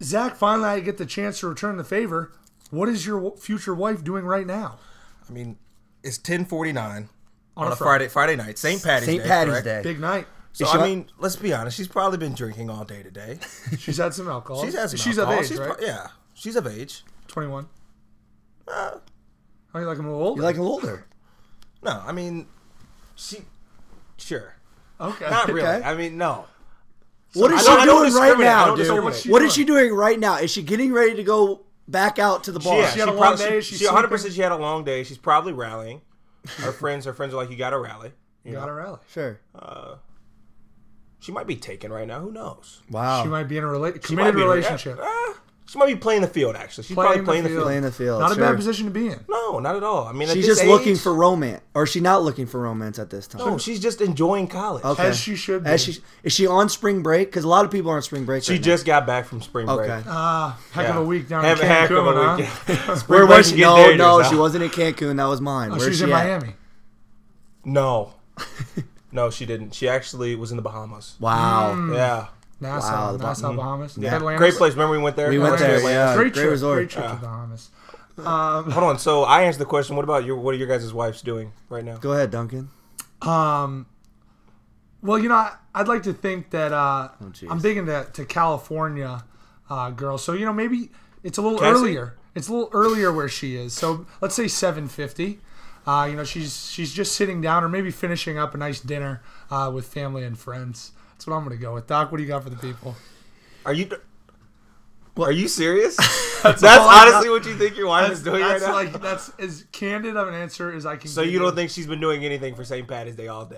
Speaker 2: Zach finally I get the chance to return the favor. What is your w- future wife doing right now?
Speaker 3: I mean, it's 10:49
Speaker 2: On
Speaker 3: on,
Speaker 2: a
Speaker 3: a Friday, Friday night, St. Patty's Day.
Speaker 1: St. Patty's
Speaker 3: correct?
Speaker 1: Day.
Speaker 2: Big night.
Speaker 3: So
Speaker 1: Is she
Speaker 3: I
Speaker 1: on-
Speaker 3: mean, let's be honest. She's probably been drinking all day today.
Speaker 2: She's had some alcohol.
Speaker 3: She's had some
Speaker 2: Oh, She's of
Speaker 3: alcohol.
Speaker 2: age,
Speaker 3: She's
Speaker 2: right?
Speaker 3: pro- yeah, she's of age.
Speaker 2: 21.
Speaker 3: Uh,
Speaker 2: Are Oh, you like I'm a little old?
Speaker 1: you like a little older.
Speaker 3: no, I mean, she sure,
Speaker 2: okay.
Speaker 3: not really.
Speaker 1: Okay.
Speaker 3: I mean, no.
Speaker 1: What is
Speaker 3: I
Speaker 1: she
Speaker 3: don't- I don't
Speaker 1: doing right
Speaker 3: discriminate. I
Speaker 1: now,
Speaker 3: don't
Speaker 1: dude?
Speaker 3: discriminate.
Speaker 1: What
Speaker 2: What's she
Speaker 1: is she doing right now? Is she getting ready to go back out to the bar?
Speaker 3: yeah,
Speaker 2: she had a
Speaker 3: prob-
Speaker 2: long day, she's
Speaker 3: She 100 percent. She had a long day. She's probably rallying. Her friends, her friends are like, you got to rally. You
Speaker 2: You
Speaker 3: know?
Speaker 2: got her rally.
Speaker 1: Sure.
Speaker 3: She might be taken right now. Who knows?
Speaker 1: Wow.
Speaker 2: She might be in a rela-
Speaker 3: Oh. She might
Speaker 2: committed
Speaker 3: be in a-
Speaker 2: relationship.
Speaker 3: uh, she might be playing the field. Actually, she's probably playing the field.
Speaker 1: Playing the field.
Speaker 2: Not a
Speaker 1: sure.
Speaker 2: bad position to be in.
Speaker 3: No, not at all. I mean, at
Speaker 1: She's
Speaker 3: this
Speaker 1: just looking
Speaker 3: age-
Speaker 1: for romance, or is she not looking for romance at this time?
Speaker 3: No, she's just enjoying college.
Speaker 1: Okay.
Speaker 2: As she should be.
Speaker 1: As she is she on spring break? Because a lot of people are on spring break.
Speaker 3: She
Speaker 1: right now.
Speaker 3: just got back from spring break.
Speaker 1: okay.
Speaker 2: Ah, heck of
Speaker 3: Yeah.
Speaker 2: a week down
Speaker 3: Have a
Speaker 2: in
Speaker 3: heck of
Speaker 2: Cancun,
Speaker 3: a
Speaker 2: huh?
Speaker 3: weekend. Spring
Speaker 1: Where
Speaker 3: break,
Speaker 1: was
Speaker 3: you
Speaker 1: she?
Speaker 3: get
Speaker 1: No,
Speaker 3: there,
Speaker 1: no,
Speaker 3: yourself.
Speaker 1: she wasn't in Cancun. That was mine.
Speaker 2: Oh,
Speaker 1: Where's
Speaker 2: she's
Speaker 1: she
Speaker 2: in
Speaker 1: at?
Speaker 2: Miami.
Speaker 3: No, no, she didn't. She actually was in the Bahamas.
Speaker 1: Wow.
Speaker 2: Mm.
Speaker 3: Yeah,
Speaker 2: Nassau,
Speaker 1: Wow, the
Speaker 2: Nassau, Bahamas.
Speaker 3: Yeah.
Speaker 2: Hmm. Atlantis.
Speaker 3: great place. Remember we went there.
Speaker 1: We went there,
Speaker 3: Atlantis.
Speaker 1: yeah.
Speaker 2: Great
Speaker 1: Great
Speaker 2: trip.
Speaker 1: resort.
Speaker 2: Great trip to Bahamas. Um,
Speaker 3: Hold on. So I answered the question. What about your? What are your guys' wives doing right now?
Speaker 1: Go ahead, Duncan.
Speaker 2: um, well, you know, I, I'd like to think that uh,
Speaker 1: Oh, jeez.
Speaker 2: I'm big into to California uh, girls. So, you know, maybe it's a little
Speaker 3: Cassie?
Speaker 2: earlier. It's a little earlier where she is. So let's say 750. Uh, you know, she's she's just sitting down or maybe finishing up a nice dinner uh, with family and friends. That's what I'm going to go with. Doc, what do you got for the people?
Speaker 3: Are you? Are you serious? that's
Speaker 2: all I
Speaker 3: honestly what you think your wife is doing right
Speaker 2: that's
Speaker 3: now.
Speaker 2: like that's as candid of an answer as I can.
Speaker 3: so
Speaker 2: give
Speaker 3: you don't think she's been doing anything for St. Patty's Day all day?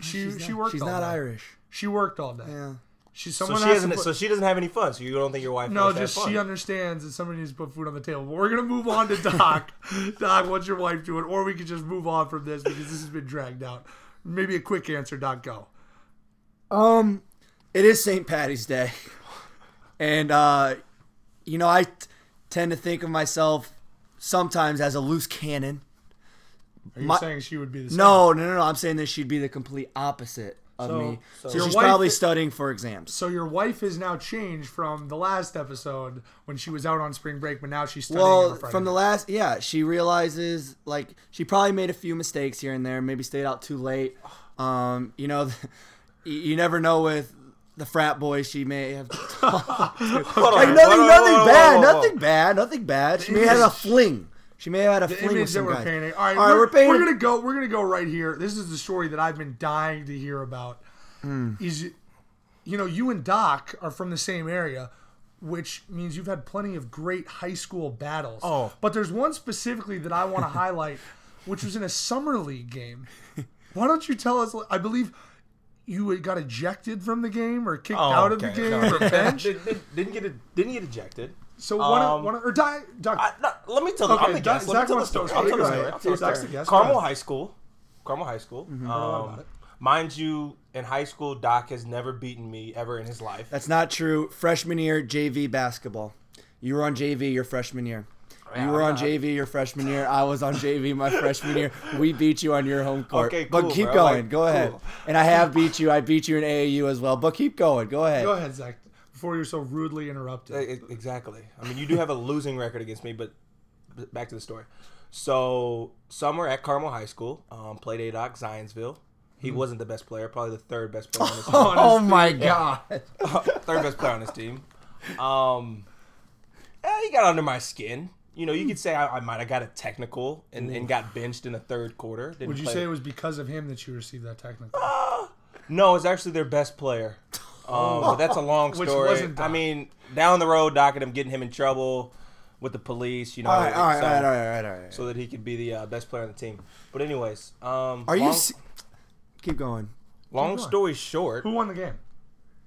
Speaker 2: she she worked?
Speaker 1: She's
Speaker 2: all
Speaker 1: not
Speaker 2: day.
Speaker 1: Irish.
Speaker 2: She worked all day.
Speaker 1: Yeah.
Speaker 2: She's
Speaker 3: So
Speaker 2: someone
Speaker 3: she
Speaker 2: has to
Speaker 3: hasn't.
Speaker 2: put-
Speaker 3: so she doesn't have any fun. So you don't think your wife?
Speaker 2: no,
Speaker 3: must have
Speaker 2: just
Speaker 3: fun.
Speaker 2: she understands that somebody needs to put food on the table. But we're gonna move on to Doc. Doc, what's your wife doing? Or we could just move on from this because this has been dragged out. Maybe a quick answer, Doc. Go.
Speaker 1: Um, it is St. Patty's Day, and uh, you know I t- tend to think of myself sometimes as a loose cannon.
Speaker 2: Are you
Speaker 1: My-
Speaker 2: saying she would be the same?
Speaker 1: No, no, no, no. I'm saying that she'd be the complete opposite of
Speaker 2: So-
Speaker 1: me.
Speaker 2: so-
Speaker 1: So,
Speaker 2: Your
Speaker 1: she's
Speaker 2: wife
Speaker 1: probably
Speaker 2: is-
Speaker 1: studying for exams.
Speaker 2: So your wife has now changed from the last episode when she was out on spring break, but now she's studying. on
Speaker 1: Well,
Speaker 2: a Friday
Speaker 1: from the
Speaker 2: night.
Speaker 1: last, yeah, she realizes like she probably made a few mistakes here and there. Maybe stayed out too late. Um, you know, you- you never know with the frat boys. She may have
Speaker 3: Hold on,
Speaker 1: like
Speaker 3: hold
Speaker 1: nothing,
Speaker 3: on,
Speaker 1: nothing
Speaker 3: hold on,
Speaker 1: bad,
Speaker 3: hold on, hold on.
Speaker 1: nothing bad, nothing bad. She may have had a fling. She may have had a
Speaker 2: The
Speaker 1: fling with
Speaker 2: image that
Speaker 1: some
Speaker 2: we're
Speaker 1: guys.
Speaker 2: painting. All right,
Speaker 1: All
Speaker 2: we're,
Speaker 1: right, we're painting-
Speaker 2: we're gonna go. We're gonna go right here. This is the story that I've been dying to hear about.
Speaker 1: Hmm.
Speaker 2: Is you know you and Doc are from the same area, which means you've had plenty of great high school battles.
Speaker 3: Oh.
Speaker 2: but there's one specifically that I want to highlight, which was in a summer league game. Why don't you tell us? I believe you got ejected from the game or
Speaker 1: Oh,
Speaker 2: kicked out of the game or bench.
Speaker 3: Did, not get it. Didn't get ejected.
Speaker 2: So one,
Speaker 3: Um,
Speaker 2: of one of- or Doc, Doc
Speaker 3: I, no, let me tell.
Speaker 2: Okay,
Speaker 3: I'm the
Speaker 2: Doc-
Speaker 3: guest. Let
Speaker 2: Zach
Speaker 3: me tell the
Speaker 2: wants to-
Speaker 3: story. I'll tell the
Speaker 2: okay,
Speaker 3: story.
Speaker 2: right.
Speaker 3: I'll tell the
Speaker 2: Zach's
Speaker 3: story.
Speaker 2: the guest. Mm-hmm. Go
Speaker 3: Carmel
Speaker 2: ahead.
Speaker 3: High School. Carmel High School. Um, mind you, in high school, Doc has never beaten me ever in his life.
Speaker 1: That's not true. Freshman year JV basketball. You were on JV your freshman year. You
Speaker 3: Yeah,
Speaker 1: were
Speaker 3: I'm
Speaker 1: on
Speaker 3: not-
Speaker 1: JV your freshman year. I was on JV my freshman year. We beat you on your home court.
Speaker 3: Okay,
Speaker 1: but
Speaker 3: cool,
Speaker 1: keep
Speaker 3: bro.
Speaker 1: going.
Speaker 3: Like,
Speaker 1: go ahead.
Speaker 3: cool.
Speaker 1: And I have beat you. I beat you in AAU as well. But keep going. Go ahead.
Speaker 2: Go ahead, Zach, before you're so rudely interrupted.
Speaker 3: E- e- Exactly. I mean, you do have a losing record against me, but b- back to the story. So, summer at Carmel High School, um, played ADOC Zionsville. He
Speaker 2: Mm-hmm.
Speaker 3: wasn't the best player, probably the third best player on his team.
Speaker 1: Oh my god.
Speaker 3: third best player on his team. Um, eh, he got under my skin. You know, you could say I, I might have got a technical and, and got benched in the third quarter. Didn't
Speaker 2: Would you
Speaker 3: play- Uh,
Speaker 2: say it was because of him that you received that technical?
Speaker 3: No, it's actually their best player. Um, but that's a long
Speaker 2: Which
Speaker 3: story.
Speaker 2: wasn't Doc.
Speaker 3: I mean, down the road, Doc and him getting him in trouble with the police. You know,
Speaker 1: All right, all right,
Speaker 3: so-
Speaker 1: all right, all right, all right, all right.
Speaker 3: so that he could be the uh, best player on the team. But anyways, um,
Speaker 1: Are you
Speaker 3: long,
Speaker 1: s Keep going.
Speaker 3: long story short,
Speaker 2: Who won the game?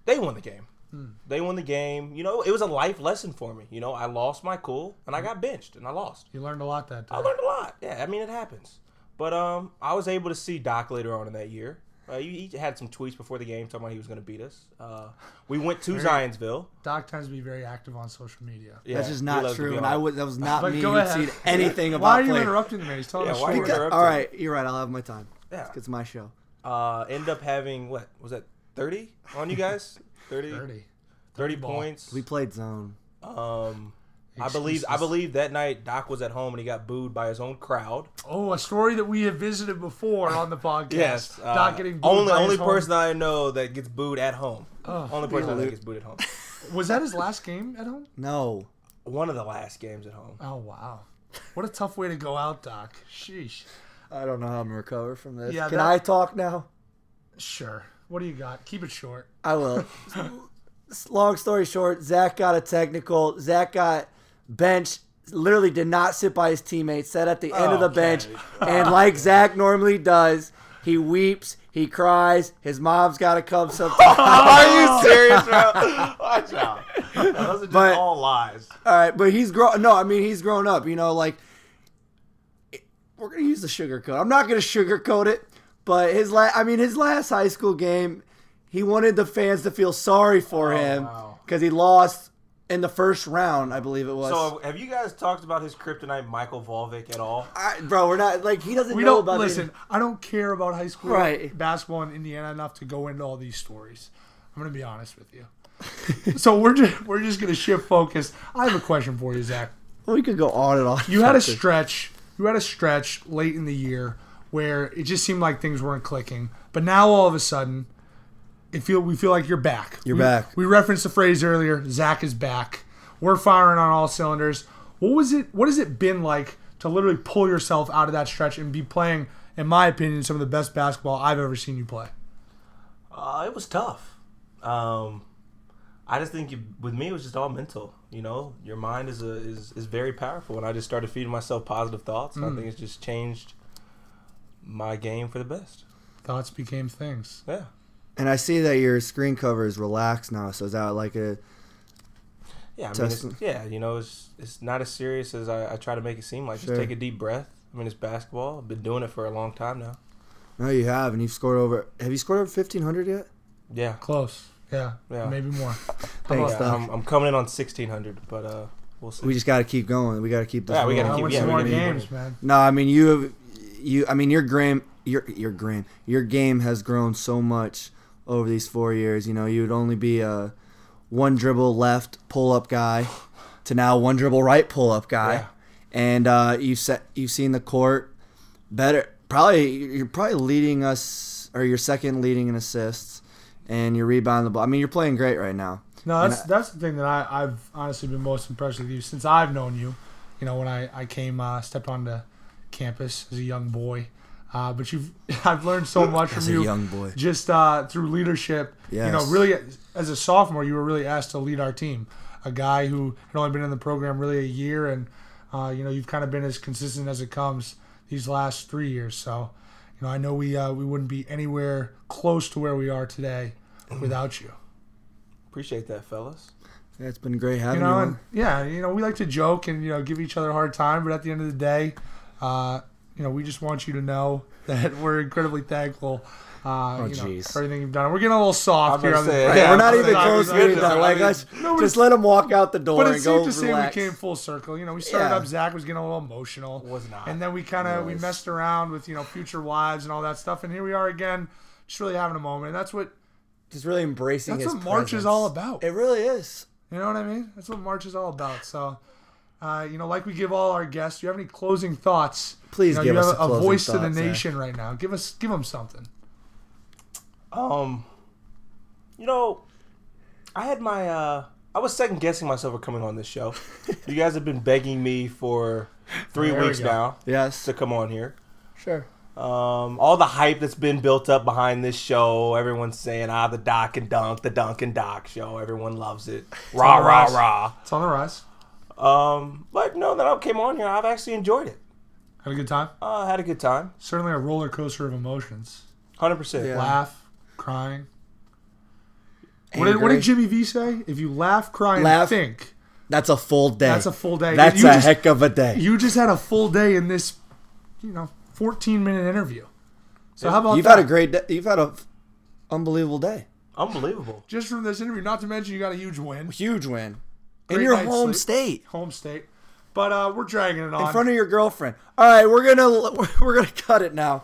Speaker 3: they won the game.
Speaker 1: Hmm.
Speaker 3: They won the game. You know, it was a life lesson for me. You know, I lost my cool and
Speaker 1: Hmm.
Speaker 3: I got benched and I lost.
Speaker 2: You learned a lot that day.
Speaker 3: I learned a lot. Yeah, I mean it happens. But um, I was able to see Doc later on in that year. Uh, he, he had some tweets before the game talking about he was going to beat us. Uh, we went to Zionsville.
Speaker 2: Doc tends to be very active on social media.
Speaker 3: Yeah,
Speaker 1: That's just
Speaker 3: he
Speaker 1: not
Speaker 3: loves to be
Speaker 1: true. And
Speaker 3: on.
Speaker 1: I was that was not
Speaker 2: But
Speaker 1: me
Speaker 2: go
Speaker 1: who seen
Speaker 2: ahead.
Speaker 1: anything about
Speaker 2: Why are you
Speaker 1: player.
Speaker 2: interrupting the man? He's telling
Speaker 3: Yeah,
Speaker 2: a
Speaker 3: why are you
Speaker 2: story.
Speaker 1: Because-
Speaker 3: interrupting?
Speaker 1: all right, you're right. I'll have my time.
Speaker 3: Yeah.
Speaker 1: It's my show.
Speaker 3: uh, end up having what was that? Thirty on you guys? 30, 30,
Speaker 2: Dirty. ball.
Speaker 3: points.
Speaker 1: We played zone.
Speaker 3: Um, I believe I believe that night Doc was at home and he got booed by his own crowd.
Speaker 2: Oh, a story that we have visited before on the podcast.
Speaker 3: uh,
Speaker 2: Doc getting booed
Speaker 3: only
Speaker 2: by
Speaker 3: only
Speaker 2: his home-
Speaker 3: person I know that gets booed at home. only person I know that gets booed at home.
Speaker 2: Was that his last game at home?
Speaker 1: No.
Speaker 3: One of the last games at home.
Speaker 2: Oh wow, what a tough way to go out, Doc. Sheesh.
Speaker 1: I don't know how I'm gonna recover from this.
Speaker 2: Yeah,
Speaker 1: Can
Speaker 2: that-
Speaker 1: I talk now?
Speaker 2: Sure. What do you got? Keep it short.
Speaker 1: I will. S- Long story short, Zach got a technical. Zach got benched. Literally did not sit by his teammates. Sat at the end of the bench, and like Zach normally does, he weeps. He cries. His mom's got to come sometime.
Speaker 3: Are you serious, bro? Watch out. Those are just
Speaker 1: But-
Speaker 3: all lies.
Speaker 1: All right, but he's grown. No, I mean he's grown up. You know, like it- we're gonna use the sugarcoat. I'm not gonna sugarcoat it, but his last. I mean, his last high school game, he wanted the fans to feel sorry for him
Speaker 2: Oh, wow.
Speaker 1: because he lost in the first round. I believe it was.
Speaker 3: So, have you guys talked about his kryptonite, Michael Volvic, at all?
Speaker 1: I, bro, we're not like he doesn't
Speaker 2: We
Speaker 1: know
Speaker 2: don't
Speaker 1: about
Speaker 2: listen.
Speaker 1: it.
Speaker 2: I don't care about high school
Speaker 1: Right.
Speaker 2: basketball in Indiana enough to go into all these stories. I'm gonna be honest with you. so we're just we're just gonna shift focus. I have a question for you, Zach.
Speaker 1: We could go on and on.
Speaker 2: You had a
Speaker 1: about this.
Speaker 2: stretch. You had a stretch late in the year where it just seemed like things weren't clicking. But now all of a sudden, it feel we feel like you're back. You're
Speaker 1: back.
Speaker 2: We referenced the phrase earlier. Zach is back. We're firing on all cylinders. What was it? What has it been like to literally pull yourself out of that stretch and be playing, in my opinion, some of the best basketball I've ever seen you play?
Speaker 3: Uh, it was tough. Um, I just think it, with me, it was just all mental. You know, your mind is a, is is very powerful, and I just started feeding myself positive thoughts. And I think it's just changed my game for the best.
Speaker 2: Thoughts became things.
Speaker 3: Yeah.
Speaker 1: and I see that your screen cover is relaxed now. So is that like a?
Speaker 3: Yeah, I mean, it's,
Speaker 1: Testing.
Speaker 3: yeah, you know, it's it's not as serious as I, I try to make it seem like.
Speaker 1: Sure.
Speaker 3: Just take a deep breath. I mean, it's basketball. I've been doing it for a long time now.
Speaker 1: No, you have, and you've scored over. Have you scored over 1500 yet?
Speaker 3: Yeah,
Speaker 2: Close. Yeah.
Speaker 3: Yeah.
Speaker 2: Maybe more.
Speaker 1: Thanks,
Speaker 3: yeah,
Speaker 1: Doc.
Speaker 3: I'm, I'm coming in on 1600, but uh, we'll see.
Speaker 1: we just got to keep going. We got to keep this.
Speaker 3: Yeah, we gotta
Speaker 1: rolling.
Speaker 2: I want
Speaker 3: keep- yeah,
Speaker 2: some
Speaker 3: we
Speaker 2: more
Speaker 3: gotta keep winning.
Speaker 2: games, man.
Speaker 1: No, I mean you have you I mean your gram your your gram your game has grown so much over these four years. You know, you would only be a one dribble left pull up guy to now one dribble right pull up guy.
Speaker 3: Yeah.
Speaker 1: And uh, you set you've seen the court better probably you're probably leading us or you're second leading in assists and you're rebounding the ball. I mean you're playing great right now.
Speaker 2: No, that's that's the thing that I, I've honestly been most impressed with you since I've known you, you know, when I I came uh, stepped onto campus as a young boy. Uh, but you've I've learned so much
Speaker 1: As
Speaker 2: from
Speaker 1: a
Speaker 2: you,
Speaker 1: young boy.
Speaker 2: just uh, through leadership. You know,
Speaker 1: Yes.
Speaker 2: really as a sophomore, you were really asked to lead our team. A guy who had only been in the program really a year, and uh, you know, you've kind of been as consistent as it comes these last three years. So, you know, I know we uh, we wouldn't be anywhere close to where we are today
Speaker 1: Mm-hmm.
Speaker 2: without you.
Speaker 3: Appreciate that, fellas.
Speaker 1: It's been great having
Speaker 2: You
Speaker 1: you.
Speaker 2: know, and
Speaker 1: on.
Speaker 2: yeah, you know, we like to joke and you know give each other a hard time, but at the end of the day, uh, you know, we just want you to know that we're incredibly thankful. Uh, you know,
Speaker 1: jeez.
Speaker 2: for everything you've done. We're getting a little soft
Speaker 3: I'm
Speaker 2: here.
Speaker 3: gonna
Speaker 2: on the-
Speaker 3: say,
Speaker 2: right,
Speaker 1: Hey,
Speaker 3: yeah,
Speaker 1: we're not
Speaker 3: I'm
Speaker 1: even
Speaker 3: sorry,
Speaker 1: close to
Speaker 3: I'm sorry.
Speaker 1: getting done. Like, let's,
Speaker 2: No, but
Speaker 1: just let him walk out the door
Speaker 2: But
Speaker 1: and
Speaker 2: it's safe
Speaker 1: go
Speaker 2: to say we
Speaker 1: relax.
Speaker 2: came full circle. You know, we started
Speaker 1: Yeah.
Speaker 2: up. Zach was getting a little emotional.
Speaker 3: Was not.
Speaker 2: And then we kind of we
Speaker 1: Was.
Speaker 2: messed around with you know future wives and all that stuff. And here we are again, just really having a moment. And that's what
Speaker 1: Just really embracing.
Speaker 2: That's
Speaker 1: his
Speaker 2: what March is
Speaker 1: presence.
Speaker 2: all about.
Speaker 1: It really is.
Speaker 2: you know what I mean. That's what March is all about. So, uh, you know, like we give all our guests. Do you have any closing thoughts?
Speaker 1: Please
Speaker 2: you know,
Speaker 1: give
Speaker 2: you
Speaker 1: us
Speaker 2: have
Speaker 1: a closing
Speaker 2: voice to
Speaker 1: thought,
Speaker 2: the
Speaker 1: Zach.
Speaker 2: nation right now. Give us give them something.
Speaker 3: Um, you know, I had my uh, I was second guessing myself for coming on this show. you guys have been begging me for three
Speaker 2: There we
Speaker 3: weeks
Speaker 2: go.
Speaker 3: now
Speaker 1: Yes.
Speaker 3: to come on here.
Speaker 1: Sure.
Speaker 3: Um, all the hype that's been built up behind this show, everyone's saying, ah, the Doc and Dunk, the Dunk and Doc show. Everyone loves it. Rah,
Speaker 2: all
Speaker 3: rah,
Speaker 2: right.
Speaker 3: rah.
Speaker 2: It's on the rise.
Speaker 3: Um, but no, that I came on here, I've actually enjoyed it.
Speaker 2: Had a good time.
Speaker 3: Uh, had a good time.
Speaker 2: Certainly a roller coaster of emotions.
Speaker 3: 100%.
Speaker 1: Yeah.
Speaker 2: Laugh, crying. What did, what did Jimmy V say? If you laugh, cry, and
Speaker 1: Laugh.
Speaker 2: think,
Speaker 1: That's a full day.
Speaker 2: That's a full day.
Speaker 1: That's
Speaker 2: You
Speaker 1: a
Speaker 2: just-
Speaker 1: heck of a day.
Speaker 2: you just had a full day in this, you know, 14 minute interview. So how about
Speaker 1: You've
Speaker 2: that?
Speaker 1: had a great day. You've had a f- unbelievable day.
Speaker 3: Unbelievable.
Speaker 2: just from this interview. Not to mention you got a huge win,
Speaker 1: Huge win.
Speaker 2: Great
Speaker 1: In your
Speaker 2: night's
Speaker 1: home
Speaker 2: sleep.
Speaker 1: state.
Speaker 2: home state. But uh, we're dragging it on.
Speaker 1: In front of your girlfriend. All right, we're gonna we're gonna cut it now.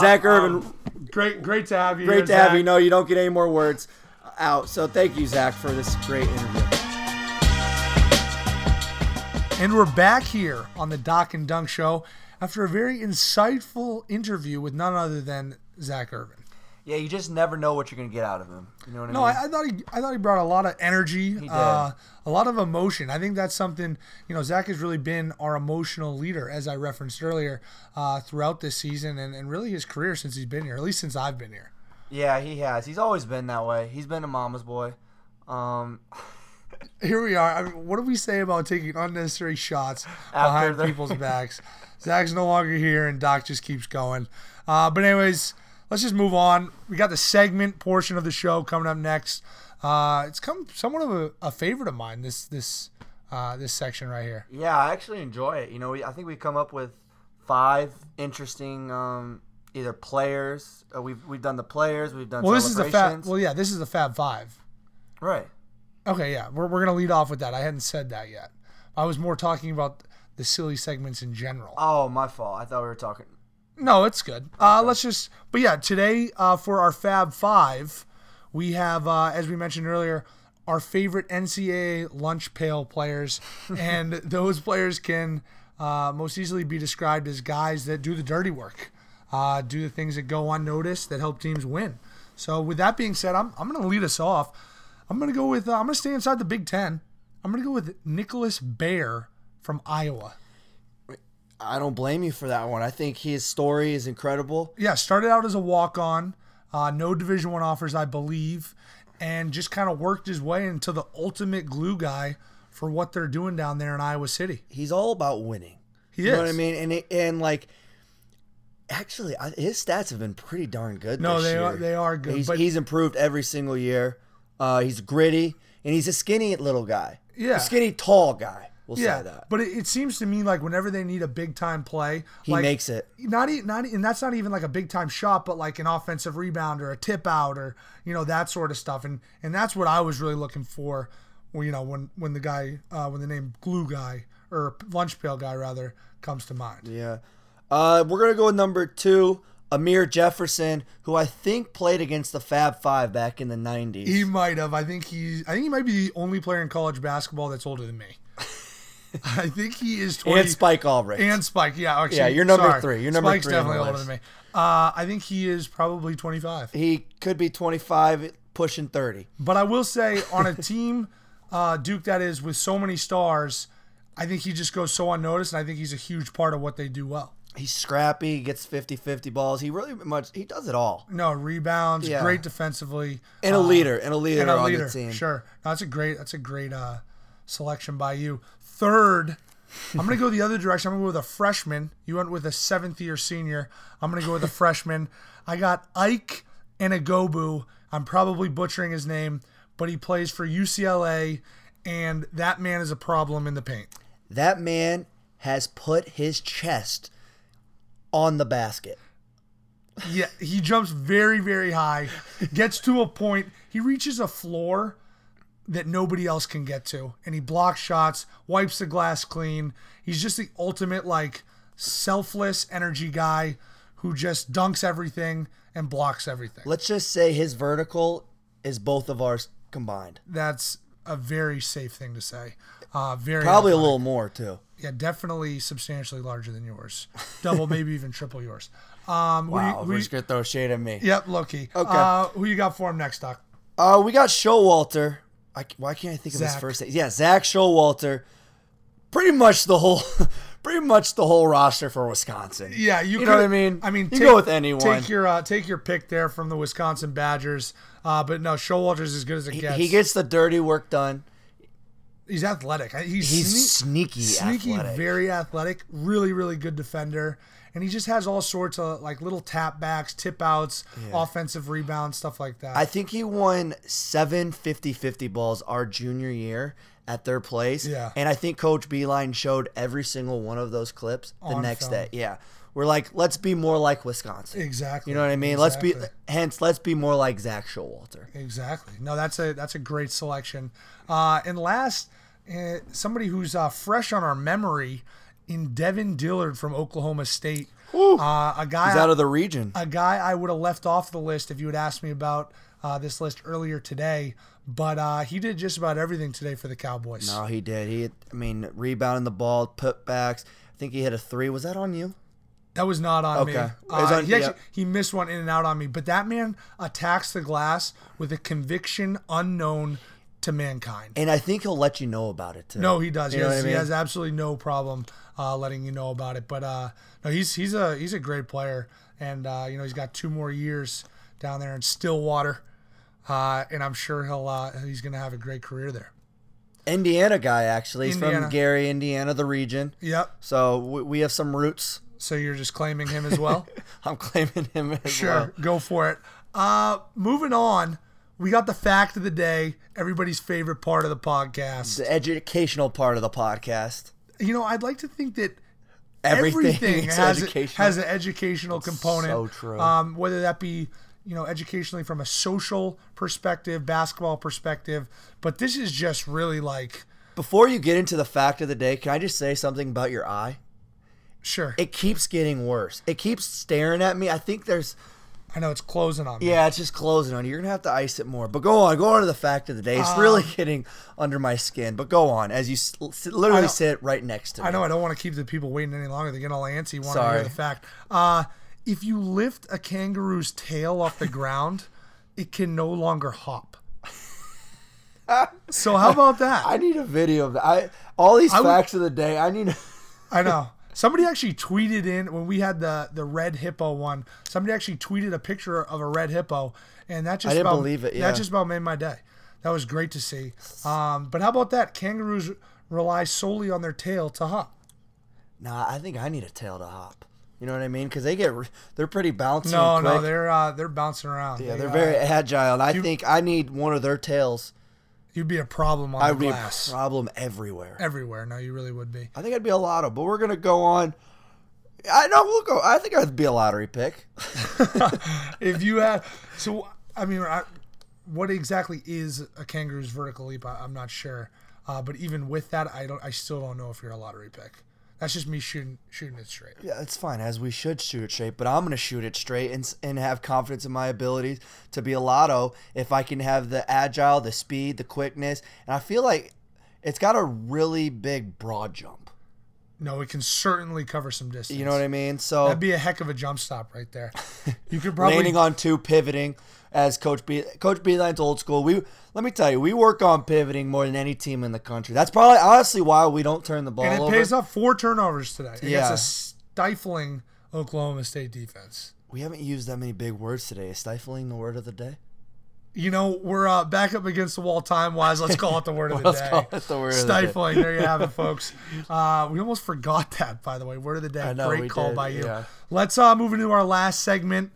Speaker 1: Zach Irvin,
Speaker 2: great, great to have you.
Speaker 1: great
Speaker 2: here,
Speaker 1: to have
Speaker 2: Uh, um, Zach.
Speaker 1: you. No, you don't get any more words out. So thank you, Zach, for this great interview.
Speaker 2: And we're back here on the Doc and Dunk Show after a very insightful interview with none other than Zach Irvin.
Speaker 4: Yeah, you just never know what you're gonna get out of him. You know what I
Speaker 2: No,
Speaker 4: mean?
Speaker 2: I, I thought he, I thought he brought a lot of energy, Uh, a lot of emotion. I think that's something you know. Zach has really been our emotional leader, as I referenced earlier, uh, throughout this season and, and really his career since he's been here, at least since I've been here.
Speaker 4: yeah, he has. He's always been that way. He's been a mama's boy. Um,
Speaker 2: Here we are. I mean, what do we say about taking unnecessary shots behind
Speaker 4: they're-
Speaker 2: people's backs? Zach's no longer here, and Doc just keeps going. Uh, but anyways, let's just move on. We got the segment portion of the show coming up next. Uh, it's come somewhat of a, a favorite of mine. This this uh, this section right here.
Speaker 4: yeah, I actually enjoy it. You know, we, I think we come up with five interesting um, either players. Uh, we've we've done the players. We've done
Speaker 2: Well, this is the
Speaker 4: celebrations.
Speaker 2: fab. Well, yeah, this is the Fab Five.
Speaker 4: right.
Speaker 2: Okay, yeah, we're, we're gonna lead off with that. I hadn't said that yet. I was more talking about the silly segments in general.
Speaker 4: Oh, my fault. I thought we were talking.
Speaker 2: No, it's good. Uh, let's just, but yeah, today uh, for our Fab Five, we have, uh, as we mentioned earlier, our favorite NCAA lunch pail players, and those players can uh, most easily be described as guys that do the dirty work, uh, do the things that go unnoticed that help teams win. So, with that being said, I'm, I'm going to lead us off. I'm going to go with, uh, I'm going to stay inside the Big Ten. I'm going to go with Nicholas Bear from Iowa.
Speaker 1: I don't blame you for that one. I think his story is incredible.
Speaker 2: yeah started out as a walk-on uh, no division one offers i believe and just kind of worked his way into the ultimate glue guy for what they're doing down there in iowa city
Speaker 1: He's all about winning.
Speaker 2: he
Speaker 1: You
Speaker 2: is
Speaker 1: know what I mean? And it, and like, actually, I, his stats have been pretty darn good.
Speaker 2: No,
Speaker 1: this
Speaker 2: they
Speaker 1: year.
Speaker 2: are- they are good,
Speaker 1: He's,
Speaker 2: but-
Speaker 1: he's improved every single year. Uh, he's gritty and he's a skinny little guy.
Speaker 2: Yeah.
Speaker 1: a skinny tall guy. We'll
Speaker 2: yeah
Speaker 1: say that.
Speaker 2: but it, it seems to me like whenever they need a big time play
Speaker 1: He
Speaker 2: like,
Speaker 1: makes it.
Speaker 2: not e- not e- and that's not even like a big time shot, but like an offensive rebound or a tip out or you know that sort of stuff. And and that's what I was really looking for. Well, you know when when the guy uh, when the name glue guy or lunch pail guy rather comes to mind.
Speaker 1: Yeah. Uh, we're gonna go with number two, Amir Jefferson, who I think played against the Fab Five back in the nineties.
Speaker 2: He might have. I think he's. I think he might be the only player in college basketball that's older than me. I think he is twenty.
Speaker 1: and Spike Albrecht.
Speaker 2: And Spike. Yeah. Actually,
Speaker 1: Yeah, you're number
Speaker 2: sorry.
Speaker 1: three. You're number
Speaker 2: Spike's
Speaker 1: three on the
Speaker 2: definitely older
Speaker 1: list.
Speaker 2: than me. Uh, I think he is probably twenty five.
Speaker 1: he could be twenty five, pushing thirty.
Speaker 2: But I will say, on a team, uh, Duke that is with so many stars, I think he just goes so unnoticed, and I think he's a huge part of what they do well.
Speaker 1: He's scrappy, gets 50-50 balls. He really much he does it all.
Speaker 2: No rebounds,
Speaker 1: Yeah.
Speaker 2: great defensively,
Speaker 1: And a
Speaker 2: uh,
Speaker 1: leader, and a leader
Speaker 2: and a
Speaker 1: on
Speaker 2: leader.
Speaker 1: the team.
Speaker 2: Sure, no, that's a great that's a great uh, selection by you. Third, I'm gonna go the other direction. I'm gonna go with a freshman. You went with a seventh year senior. I'm gonna go with a freshman. I got Ike Inagobu. I'm probably butchering his name, but he plays for UCLA, and that man is a problem in the paint.
Speaker 1: That man has put his chest on the basket.
Speaker 2: Yeah, he jumps very, very high, gets to a point, he reaches a floor that nobody else can get to, and he blocks shots, wipes the glass clean. He's just the ultimate, like, selfless energy guy who just dunks everything and blocks everything.
Speaker 1: Let's just say his vertical is both of ours combined.
Speaker 2: That's a very safe thing to say. Uh, very
Speaker 1: Probably a
Speaker 2: athletic.
Speaker 1: little more too.
Speaker 2: yeah, definitely substantially larger than yours, double, maybe even triple yours. Um, who do
Speaker 1: Wow,
Speaker 2: you- who
Speaker 1: we're
Speaker 2: do you-
Speaker 1: just gonna throw shade at me.
Speaker 2: yep, Loki.
Speaker 1: Okay.
Speaker 2: Uh, who you got for him next, Doc?
Speaker 1: Uh, we got Showalter. I, c- why can't I think of his
Speaker 2: Zach.
Speaker 1: first name? Yeah, Zach Showalter. Pretty much the whole, pretty much the whole roster for Wisconsin.
Speaker 2: Yeah, you,
Speaker 1: know
Speaker 2: could-
Speaker 1: what I mean.
Speaker 2: I mean,
Speaker 1: you go with anyone.
Speaker 2: Take your uh, take your pick there from the Wisconsin Badgers. Uh, but no, Showalter's as good as it gets.
Speaker 1: he gets the dirty work done.
Speaker 2: he's athletic. I- He's,
Speaker 1: He's
Speaker 2: sne-
Speaker 1: sneaky,
Speaker 2: sneaky,
Speaker 1: athletic.
Speaker 2: very athletic, really really good defender, and he just has all sorts of like little tap backs, tip outs, offensive rebounds, stuff like that.
Speaker 1: I think he won seven 50-50 balls our junior year at their place.
Speaker 2: Yeah.
Speaker 1: And I think Coach Beeline showed every single one of those clips the
Speaker 2: On
Speaker 1: next
Speaker 2: film.
Speaker 1: day. Yeah. We're like, let's be more like Wisconsin.
Speaker 2: exactly.
Speaker 1: You know what I mean? Let's
Speaker 2: Exactly.
Speaker 1: be hence, let's be more like Zach Showalter.
Speaker 2: Exactly. No, that's a that's a great selection. Uh, and last, uh, somebody who's uh, fresh on our memory in Devin Dillard from Oklahoma State. Uh, a guy
Speaker 1: He's out of the region.
Speaker 2: a guy I would have left off the list if you had asked me about uh, this list earlier today. But uh, he did just about everything today for the Cowboys.
Speaker 1: No, Oh, he did. He, I mean, rebounding the ball, putbacks. I think he hit a three. Was that on you?
Speaker 2: That was not on me.
Speaker 1: Okay. It was
Speaker 2: Uh,
Speaker 1: on-
Speaker 2: he, actually,
Speaker 1: yeah.
Speaker 2: he missed one in and out on me. But that man attacks the glass with a conviction unknown to mankind.
Speaker 1: And I think he'll let you know about it too.
Speaker 2: No, he does.
Speaker 1: You
Speaker 2: he,
Speaker 1: know
Speaker 2: has,
Speaker 1: what I
Speaker 2: he
Speaker 1: mean?
Speaker 2: has absolutely no problem uh, letting you know about it. But uh, no, he's he's a he's a great player, and uh, you know he's got two more years down there in Stillwater, uh, and I'm sure he'll uh, he's going to have a great career there.
Speaker 1: Indiana guy actually. He's
Speaker 2: Indiana.
Speaker 1: from Gary, Indiana, the region.
Speaker 2: Yep.
Speaker 1: So we, we have some roots.
Speaker 2: So you're just claiming him as well.
Speaker 1: I'm claiming him as uh,
Speaker 2: sure,
Speaker 1: well.
Speaker 2: go for it. Uh, moving on, we got the fact of the day. Everybody's favorite part of the podcast.
Speaker 1: The educational part of the podcast.
Speaker 2: You know, I'd like to think that
Speaker 1: Everything,
Speaker 2: everything,
Speaker 1: is
Speaker 2: has,
Speaker 1: educational.
Speaker 2: has an educational component.
Speaker 1: so true.
Speaker 2: Um, whether that be you know educationally from a social perspective, basketball perspective, but this is just really like
Speaker 1: Before you get into the fact of the day, can I just say something about your eye?
Speaker 2: sure.
Speaker 1: It keeps getting worse. It keeps staring at me. I think there's
Speaker 2: I know it's closing on me.
Speaker 1: Yeah, it's just closing on you. You're gonna have to ice it more. But go on, go on to the fact of the day. It's really
Speaker 2: Um,
Speaker 1: getting under my skin. But go on, as you s- sit, literally
Speaker 2: know.
Speaker 1: sit right next to me.
Speaker 2: I know I don't want to keep the people waiting any longer. They get all antsy wanting to
Speaker 1: Sorry.
Speaker 2: hear the fact. Uh, if you lift a kangaroo's tail off the ground, it can no longer hop. so how about that?
Speaker 1: I need a video of that. I all these
Speaker 2: would-
Speaker 1: facts of the day. I need.
Speaker 2: I know. Somebody actually tweeted in when we had the the red hippo one. Somebody actually tweeted a picture of a red hippo, and that just
Speaker 1: didn't
Speaker 2: about,
Speaker 1: believe it, yeah.
Speaker 2: That just about made my day. That was great to see. Um, but how about that? Kangaroos rely solely on their tail to hop.
Speaker 1: nah, I think I need a tail to hop. You know what I mean? Because they get re- they're pretty bouncy.
Speaker 2: No,
Speaker 1: and
Speaker 2: no,
Speaker 1: quick.
Speaker 2: they're uh, they're bouncing around.
Speaker 1: yeah, they're
Speaker 2: uh,
Speaker 1: very agile. And I think I need one of their tails.
Speaker 2: You'd be a problem on
Speaker 1: I
Speaker 2: the
Speaker 1: would be a
Speaker 2: glass
Speaker 1: problem everywhere.
Speaker 2: everywhere. No, you really would be.
Speaker 1: I think I'd be a lotto, but we're gonna go on. I know we'll go. I think I'd be a lottery pick.
Speaker 2: if you had, so I mean, I, what exactly is a kangaroo's vertical leap? I, I'm not sure. Uh, but even with that, I don't. I still don't know if you're a lottery pick. That's just me shooting shooting it straight.
Speaker 1: Yeah, that's fine, as we should shoot it straight, but I'm going to shoot it straight and, s- and have confidence in my abilities to be a lotto if I can have the agile, the speed, the quickness. And I feel like it's got a really big broad jump.
Speaker 2: No, it can certainly cover some distance.
Speaker 1: You know what I mean? So
Speaker 2: That'd be a heck of a jump stop right there. You could probably
Speaker 1: landing on two, pivoting as Coach B. Coach Beeline's old school. We let me tell you, we work on pivoting more than any team in the country. That's probably honestly why we don't turn the ball
Speaker 2: and it
Speaker 1: over.
Speaker 2: pays off four turnovers today. Yeah.
Speaker 1: Yeah.
Speaker 2: It's a stifling Oklahoma State defense.
Speaker 1: We haven't used that many big words today. Is stifling the word of the day?
Speaker 2: You know, we're uh, back up against the wall time wise. Let's call it the word of the
Speaker 1: Let's
Speaker 2: day.
Speaker 1: call it the word of the day.
Speaker 2: Stifling. There you have it, folks. Uh, we almost forgot that, by the way. Word of the day.
Speaker 1: I know, we
Speaker 2: Great call
Speaker 1: did,
Speaker 2: by you.
Speaker 1: yeah.
Speaker 2: Let's uh, move into our last segment.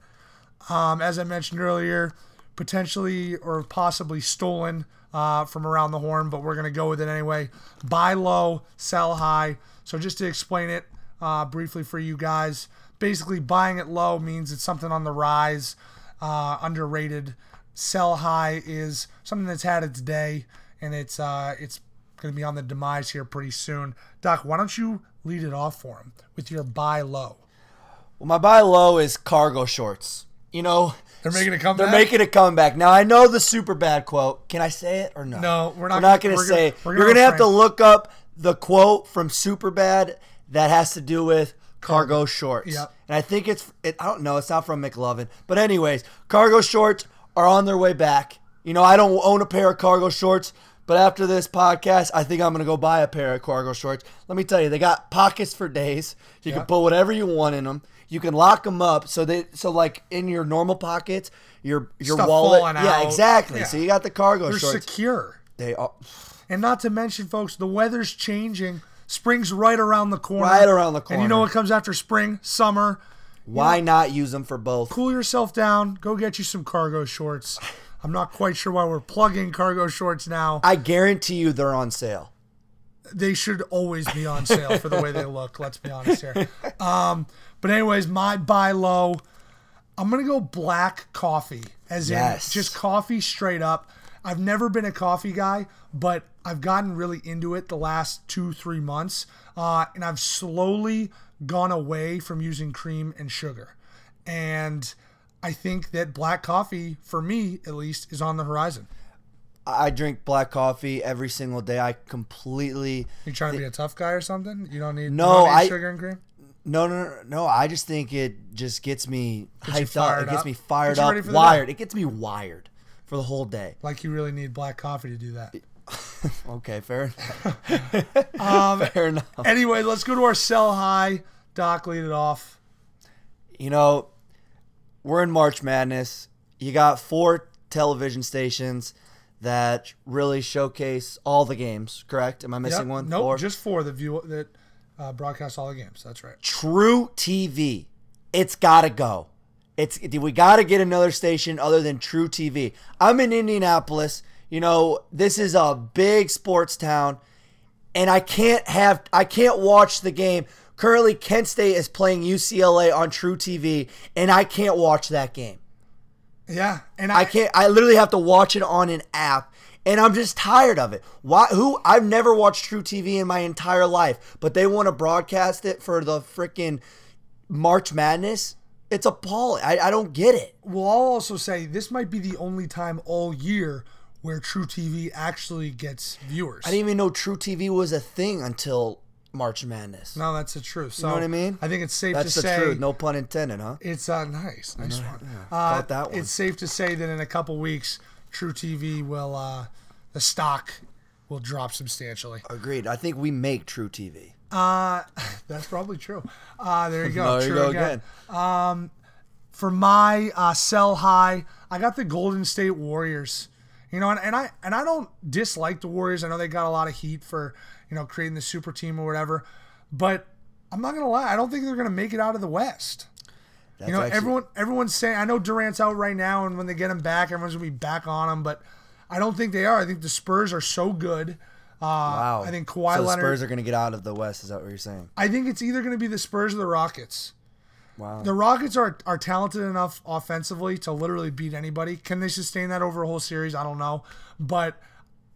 Speaker 2: Um, as I mentioned earlier, potentially or possibly stolen uh, from around the horn, but we're going to go with it anyway. Buy low, sell high. So, just to explain it uh, briefly for you guys, basically buying it low means it's something on the rise, uh, underrated. Sell high is something that's had its day and it's uh, it's going to be on the demise here pretty soon. Doc, why don't you lead it off for him with your buy low?
Speaker 1: Well, my buy low is cargo shorts. You know,
Speaker 2: They're making a comeback?
Speaker 1: They're making a comeback. Now I know the super bad quote. Can I say it or no?
Speaker 2: No, we're not-
Speaker 1: We're not going to
Speaker 2: we're
Speaker 1: say.
Speaker 2: gonna-
Speaker 1: it.
Speaker 2: we're
Speaker 1: You're
Speaker 2: gonna
Speaker 1: going to have to
Speaker 2: refrain.
Speaker 1: look up the quote from Superbad that has to do with cargo shorts.
Speaker 2: Yep.
Speaker 1: And I think it's. It, I don't know. It's not from McLovin. But anyways, cargo shorts are on their way back. You know, I don't own a pair of cargo shorts. But after this podcast, I think I'm going to go buy a pair of cargo shorts. Let me tell you, they got pockets for days. You can put whatever you want in them. You can lock them up so they so like in your normal pockets, your your
Speaker 2: Stuff
Speaker 1: wallet.
Speaker 2: falling
Speaker 1: yeah,
Speaker 2: out.
Speaker 1: exactly.
Speaker 2: Yeah.
Speaker 1: So you got the cargo
Speaker 2: They're
Speaker 1: shorts.
Speaker 2: secure.
Speaker 1: they are
Speaker 2: And not to mention, folks, the weather's changing. Spring's right around the corner.
Speaker 1: Right around the
Speaker 2: And you know
Speaker 1: corner.
Speaker 2: what comes after spring? Summer.
Speaker 1: why not use them for both?
Speaker 2: Cool yourself down. Go get you some cargo shorts. I'm not quite sure why we're plugging cargo shorts now.
Speaker 1: I guarantee you they're on sale.
Speaker 2: They should always be on sale for the way they look. Let's be honest here. Um, but anyways, my buy low. I'm gonna go black coffee, as
Speaker 1: Yes.
Speaker 2: in just coffee straight up. I've never been a coffee guy, but I've gotten really into it the last two, three months, uh, and I've slowly gone away from using cream and sugar. And I think that black coffee, for me at least, is on the horizon.
Speaker 1: I drink black coffee every single day. I completely
Speaker 2: You trying to be a tough guy or something? You don't need
Speaker 1: No,
Speaker 2: you don't need
Speaker 1: I-
Speaker 2: sugar and cream.
Speaker 1: No, no, no, no. I just think it just gets me
Speaker 2: you
Speaker 1: hyped up. It
Speaker 2: fired
Speaker 1: gets
Speaker 2: up.
Speaker 1: me fired
Speaker 2: Gets you
Speaker 1: up,
Speaker 2: ready for the
Speaker 1: wired. It gets me wired for the whole day.
Speaker 2: Like you really need black coffee to do that.
Speaker 1: Okay, fair enough.
Speaker 2: Um,
Speaker 1: Fair enough.
Speaker 2: anyway, let's go to our sell high. Doc, lead it off.
Speaker 1: You know, we're in March Madness. You got four television stations that really showcase all the games, correct? Am I missing
Speaker 2: Yep.
Speaker 1: one?
Speaker 2: Nope,
Speaker 1: Four.
Speaker 2: just four that view that uh, broadcast all the games. That's right.
Speaker 1: True TV. It's got to go. It's we got to get another station other than True TV. I'm in Indianapolis. You know, this is a big sports town and I can't have I can't watch the game. Currently Kent State is playing UCLA on True TV and I can't watch that game.
Speaker 2: Yeah, and I,
Speaker 1: I can't I literally have to watch it on an app and I'm just tired of it. Why who I've never watched True TV in my entire life, but they want to broadcast it for the freaking March Madness? It's appalling. I, I don't get it.
Speaker 2: will also say this might be the only time all year where True TV actually gets viewers.
Speaker 1: I didn't even know True TV was a thing until March Madness.
Speaker 2: no, that's the truth. So
Speaker 1: know what I mean?
Speaker 2: I think it's safe
Speaker 1: That's
Speaker 2: to
Speaker 1: the
Speaker 2: say
Speaker 1: truth. No pun intended, huh?
Speaker 2: it's uh, nice, nice one. Uh,
Speaker 1: caught that one.
Speaker 2: It's safe to say that in a couple weeks, True TV will uh, the stock will drop substantially.
Speaker 1: Agreed. I think we make True TV.
Speaker 2: Uh, that's probably true. Uh, there you go.
Speaker 1: there you
Speaker 2: true
Speaker 1: go
Speaker 2: again.
Speaker 1: again.
Speaker 2: for my uh, sell high, I got the Golden State Warriors. You know, and, and I and I don't dislike the Warriors. I know they got a lot of heat for you know creating the super team or whatever, but I'm not gonna lie. I don't think they're gonna make it out of the West.
Speaker 1: That's
Speaker 2: You know,
Speaker 1: actually-
Speaker 2: everyone everyone's saying I know Durant's out right now, and when they get him back, everyone's gonna be back on him. But I don't think they are. I think the Spurs are so good. Uh,
Speaker 1: Wow.
Speaker 2: I think Kawhi
Speaker 1: so the
Speaker 2: Leonard.
Speaker 1: Spurs are going to get out of the West. Is that what you're saying?
Speaker 2: I think it's either gonna be the Spurs or the Rockets.
Speaker 1: Wow.
Speaker 2: The Rockets are are talented enough offensively to literally beat anybody. Can they sustain that over a whole series? I don't know. But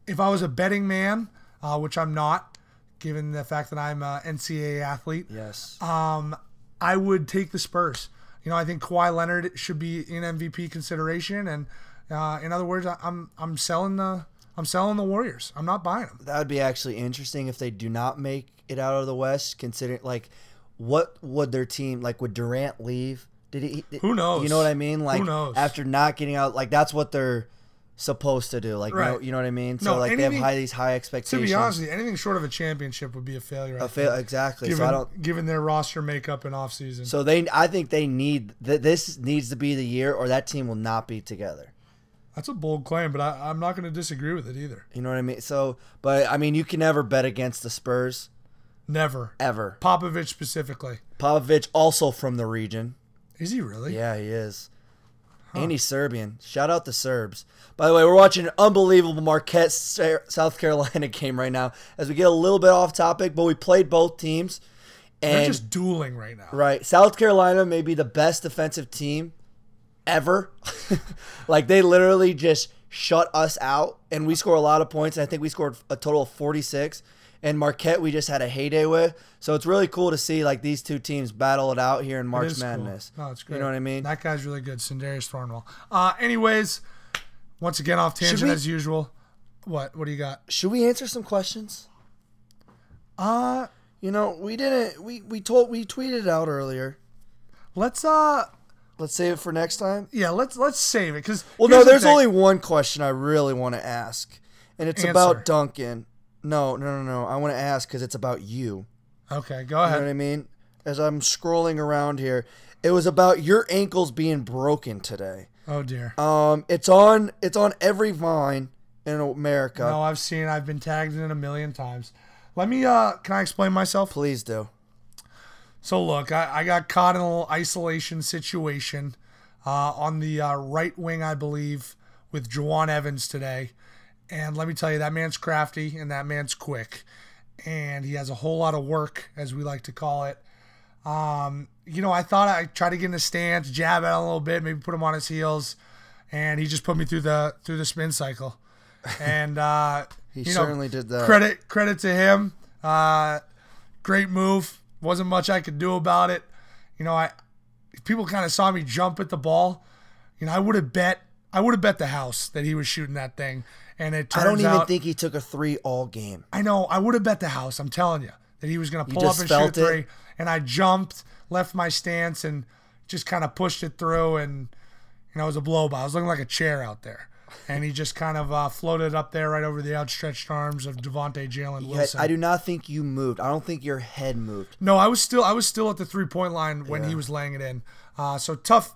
Speaker 2: if I was a betting man, uh, which I'm not, given the fact that I'm a NCAA athlete,
Speaker 1: yes.
Speaker 2: I would take the Spurs. You know, I think Kawhi Leonard should be in MVP consideration, and uh, in other words, I, I'm I'm selling the I'm selling the Warriors. I'm not buying them.
Speaker 1: That would be actually interesting if they do not make it out of the West. Considering like, what would their team like? Would Durant leave? Did he? did-
Speaker 2: Who knows?
Speaker 1: You know what I mean? Like
Speaker 2: knows?
Speaker 1: after not getting out, like that's what they're supposed to do. Like no,
Speaker 2: Right.
Speaker 1: you know what I mean? So
Speaker 2: No,
Speaker 1: like they have
Speaker 2: anything-
Speaker 1: high these high
Speaker 2: To
Speaker 1: expectations.
Speaker 2: be honest with you, anything short of a championship would be a failure. I
Speaker 1: I
Speaker 2: think,
Speaker 1: feel- exactly.
Speaker 2: given,
Speaker 1: so I don't.
Speaker 2: given their roster makeup and offseason.
Speaker 1: So they, I think they need th- this needs to be the year, or that team will not be together.
Speaker 2: That's a bold claim, but I, I'm not going to disagree with it either.
Speaker 1: You know what I mean? So, but I mean, you can never bet against the Spurs
Speaker 2: Never.
Speaker 1: ever.
Speaker 2: Popovich specifically.
Speaker 1: Popovich also from the region.
Speaker 2: Is he really?
Speaker 1: Yeah, he is. And he's Serbian. Shout out the Serbs. By the way, we're watching an unbelievable Marquette Sa- South Carolina game right now. As we get a little bit off topic, but we played both teams.
Speaker 2: They're
Speaker 1: And
Speaker 2: just dueling right now.
Speaker 1: right, South Carolina may be the best defensive team ever. like they literally just shut us out and we score a lot of points and I think we scored a total of 46 and Marquette we just had a heyday with. So it's really cool to see like these two teams battle it out here in
Speaker 2: It
Speaker 1: March
Speaker 2: is cool.
Speaker 1: Madness.
Speaker 2: No, it's great.
Speaker 1: You know what I mean?
Speaker 2: That guy's really good. Sundarius Thornwell. Uh, anyways, once again off tangent
Speaker 1: we-
Speaker 2: as usual. What? What do you got?
Speaker 1: Should we answer some questions?
Speaker 2: Uh,
Speaker 1: You know, we didn't. We we told we tweeted out earlier.
Speaker 2: let's uh,
Speaker 1: Let's save it for next time.
Speaker 2: yeah, let's let's save it because
Speaker 1: Well, no, there's only one question I really want to ask, and it's
Speaker 2: Answer.
Speaker 1: about Duncan. No, no, no, no. I want to ask because it's about you.
Speaker 2: okay. Go
Speaker 1: You
Speaker 2: ahead.
Speaker 1: know what I mean? As I'm scrolling around here, it was about your ankles being broken today.
Speaker 2: Oh dear.
Speaker 1: Um, it's on it's on every vine in America.
Speaker 2: No, I've seen. I've been tagged in it a million times. Let me. Uh, can I explain myself?
Speaker 1: Please do.
Speaker 2: So look, I, I got caught in a little isolation situation uh, on the uh, right wing, I believe, with Jawan Evans today. And let me tell you, that man's crafty and that man's quick, and he has a whole lot of work, as we like to call it. Um, you know, I thought I tried to get in the stance, jab at him a little bit, maybe put him on his heels, and he just put me through the through the spin cycle. And uh,
Speaker 1: He
Speaker 2: you know,
Speaker 1: certainly did that.
Speaker 2: credit credit to him. Uh, great move. Wasn't much I could do about it. You know, I people kind of saw me jump at the ball. You know, I would have bet I would have bet the house that he was shooting that thing, and it turns
Speaker 1: I don't even
Speaker 2: out
Speaker 1: think he took a three all game.
Speaker 2: I know I would have bet the house. I'm telling you that he was going to pull up
Speaker 1: just
Speaker 2: and shoot a
Speaker 1: felt it?
Speaker 2: three, and I jumped, left my stance, and just kind of pushed it through, and you know it was a blow by. I was looking like a chair out there. And he just kind of uh, floated up there right over the outstretched arms of Devontae Jalen
Speaker 1: Yeah,
Speaker 2: Wilson.
Speaker 1: I do not think you moved. I don't think your head moved.
Speaker 2: No, I was still I was still at the three point line when he was laying it in. Uh, so tough,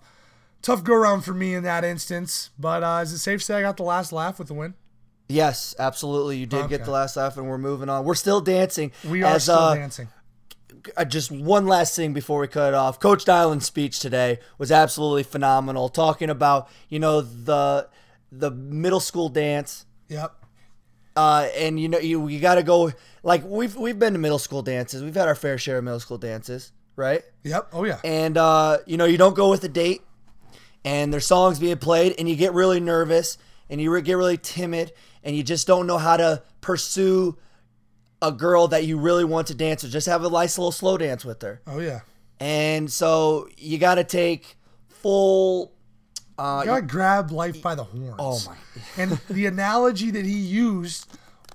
Speaker 2: tough go round for me in that instance. But uh, is it safe to say I got the last laugh with the win?
Speaker 1: Yes, absolutely. You did
Speaker 2: Okay.
Speaker 1: get the last laugh, and we're moving on. We're still dancing.
Speaker 2: We are
Speaker 1: as,
Speaker 2: still
Speaker 1: uh,
Speaker 2: dancing.
Speaker 1: uh, Just one last thing before we cut it off. Coach Dylan's speech today was absolutely phenomenal. Talking about you know the the middle school dance
Speaker 2: Yep.
Speaker 1: uh, and you know you, you got to go like we've we've been to middle school dances we've had our fair share of middle school dances right
Speaker 2: Yep. Oh yeah.
Speaker 1: and uh, you know you don't go with a date and there's songs being played and you get really nervous and you re- get really timid and you just don't know how to pursue a girl that you really want to dance with just have a nice little slow dance with her
Speaker 2: Oh yeah.
Speaker 1: and so you got to take full uh,
Speaker 2: You gotta grab life by the horns. Oh
Speaker 1: my.
Speaker 2: and the analogy that he used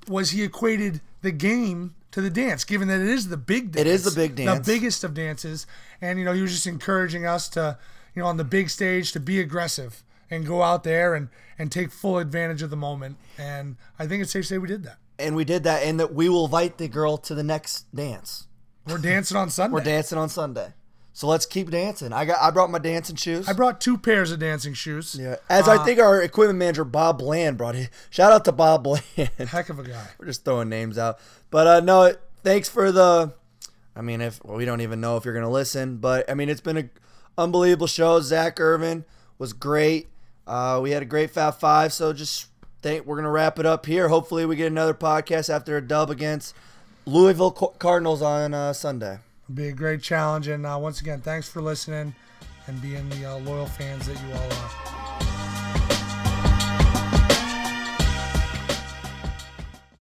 Speaker 2: was he equated the game to the dance, given that it is the big dance.
Speaker 1: is the big dance.
Speaker 2: The biggest of dances. And you know, he was just encouraging us to, you know, on the big stage to be aggressive and go out there and and take full advantage of the moment. And I think it's safe to say we did that.
Speaker 1: and we did that and that we will invite the girl to the next dance
Speaker 2: We're dancing on Sunday.
Speaker 1: We're dancing on Sunday. So let's keep dancing. I got I brought my dancing shoes.
Speaker 2: I brought two pairs of dancing shoes.
Speaker 1: yeah. As I think our equipment manager Bob Bland brought it. Shout out to Bob Bland.
Speaker 2: Heck of a guy.
Speaker 1: We're just throwing names out. But uh no, thanks for the I mean if well, we don't even know if you're going to listen, but I mean it's been a unbelievable show. Zach Irvin was great. Uh we had a great Fab 5, so just think we're going to wrap it up here. Hopefully we get another podcast after a dub against Louisville Ca- Cardinals on uh, Sunday.
Speaker 2: It'll be a great challenge. And uh, once again, thanks for listening and being the uh, loyal fans that you all are.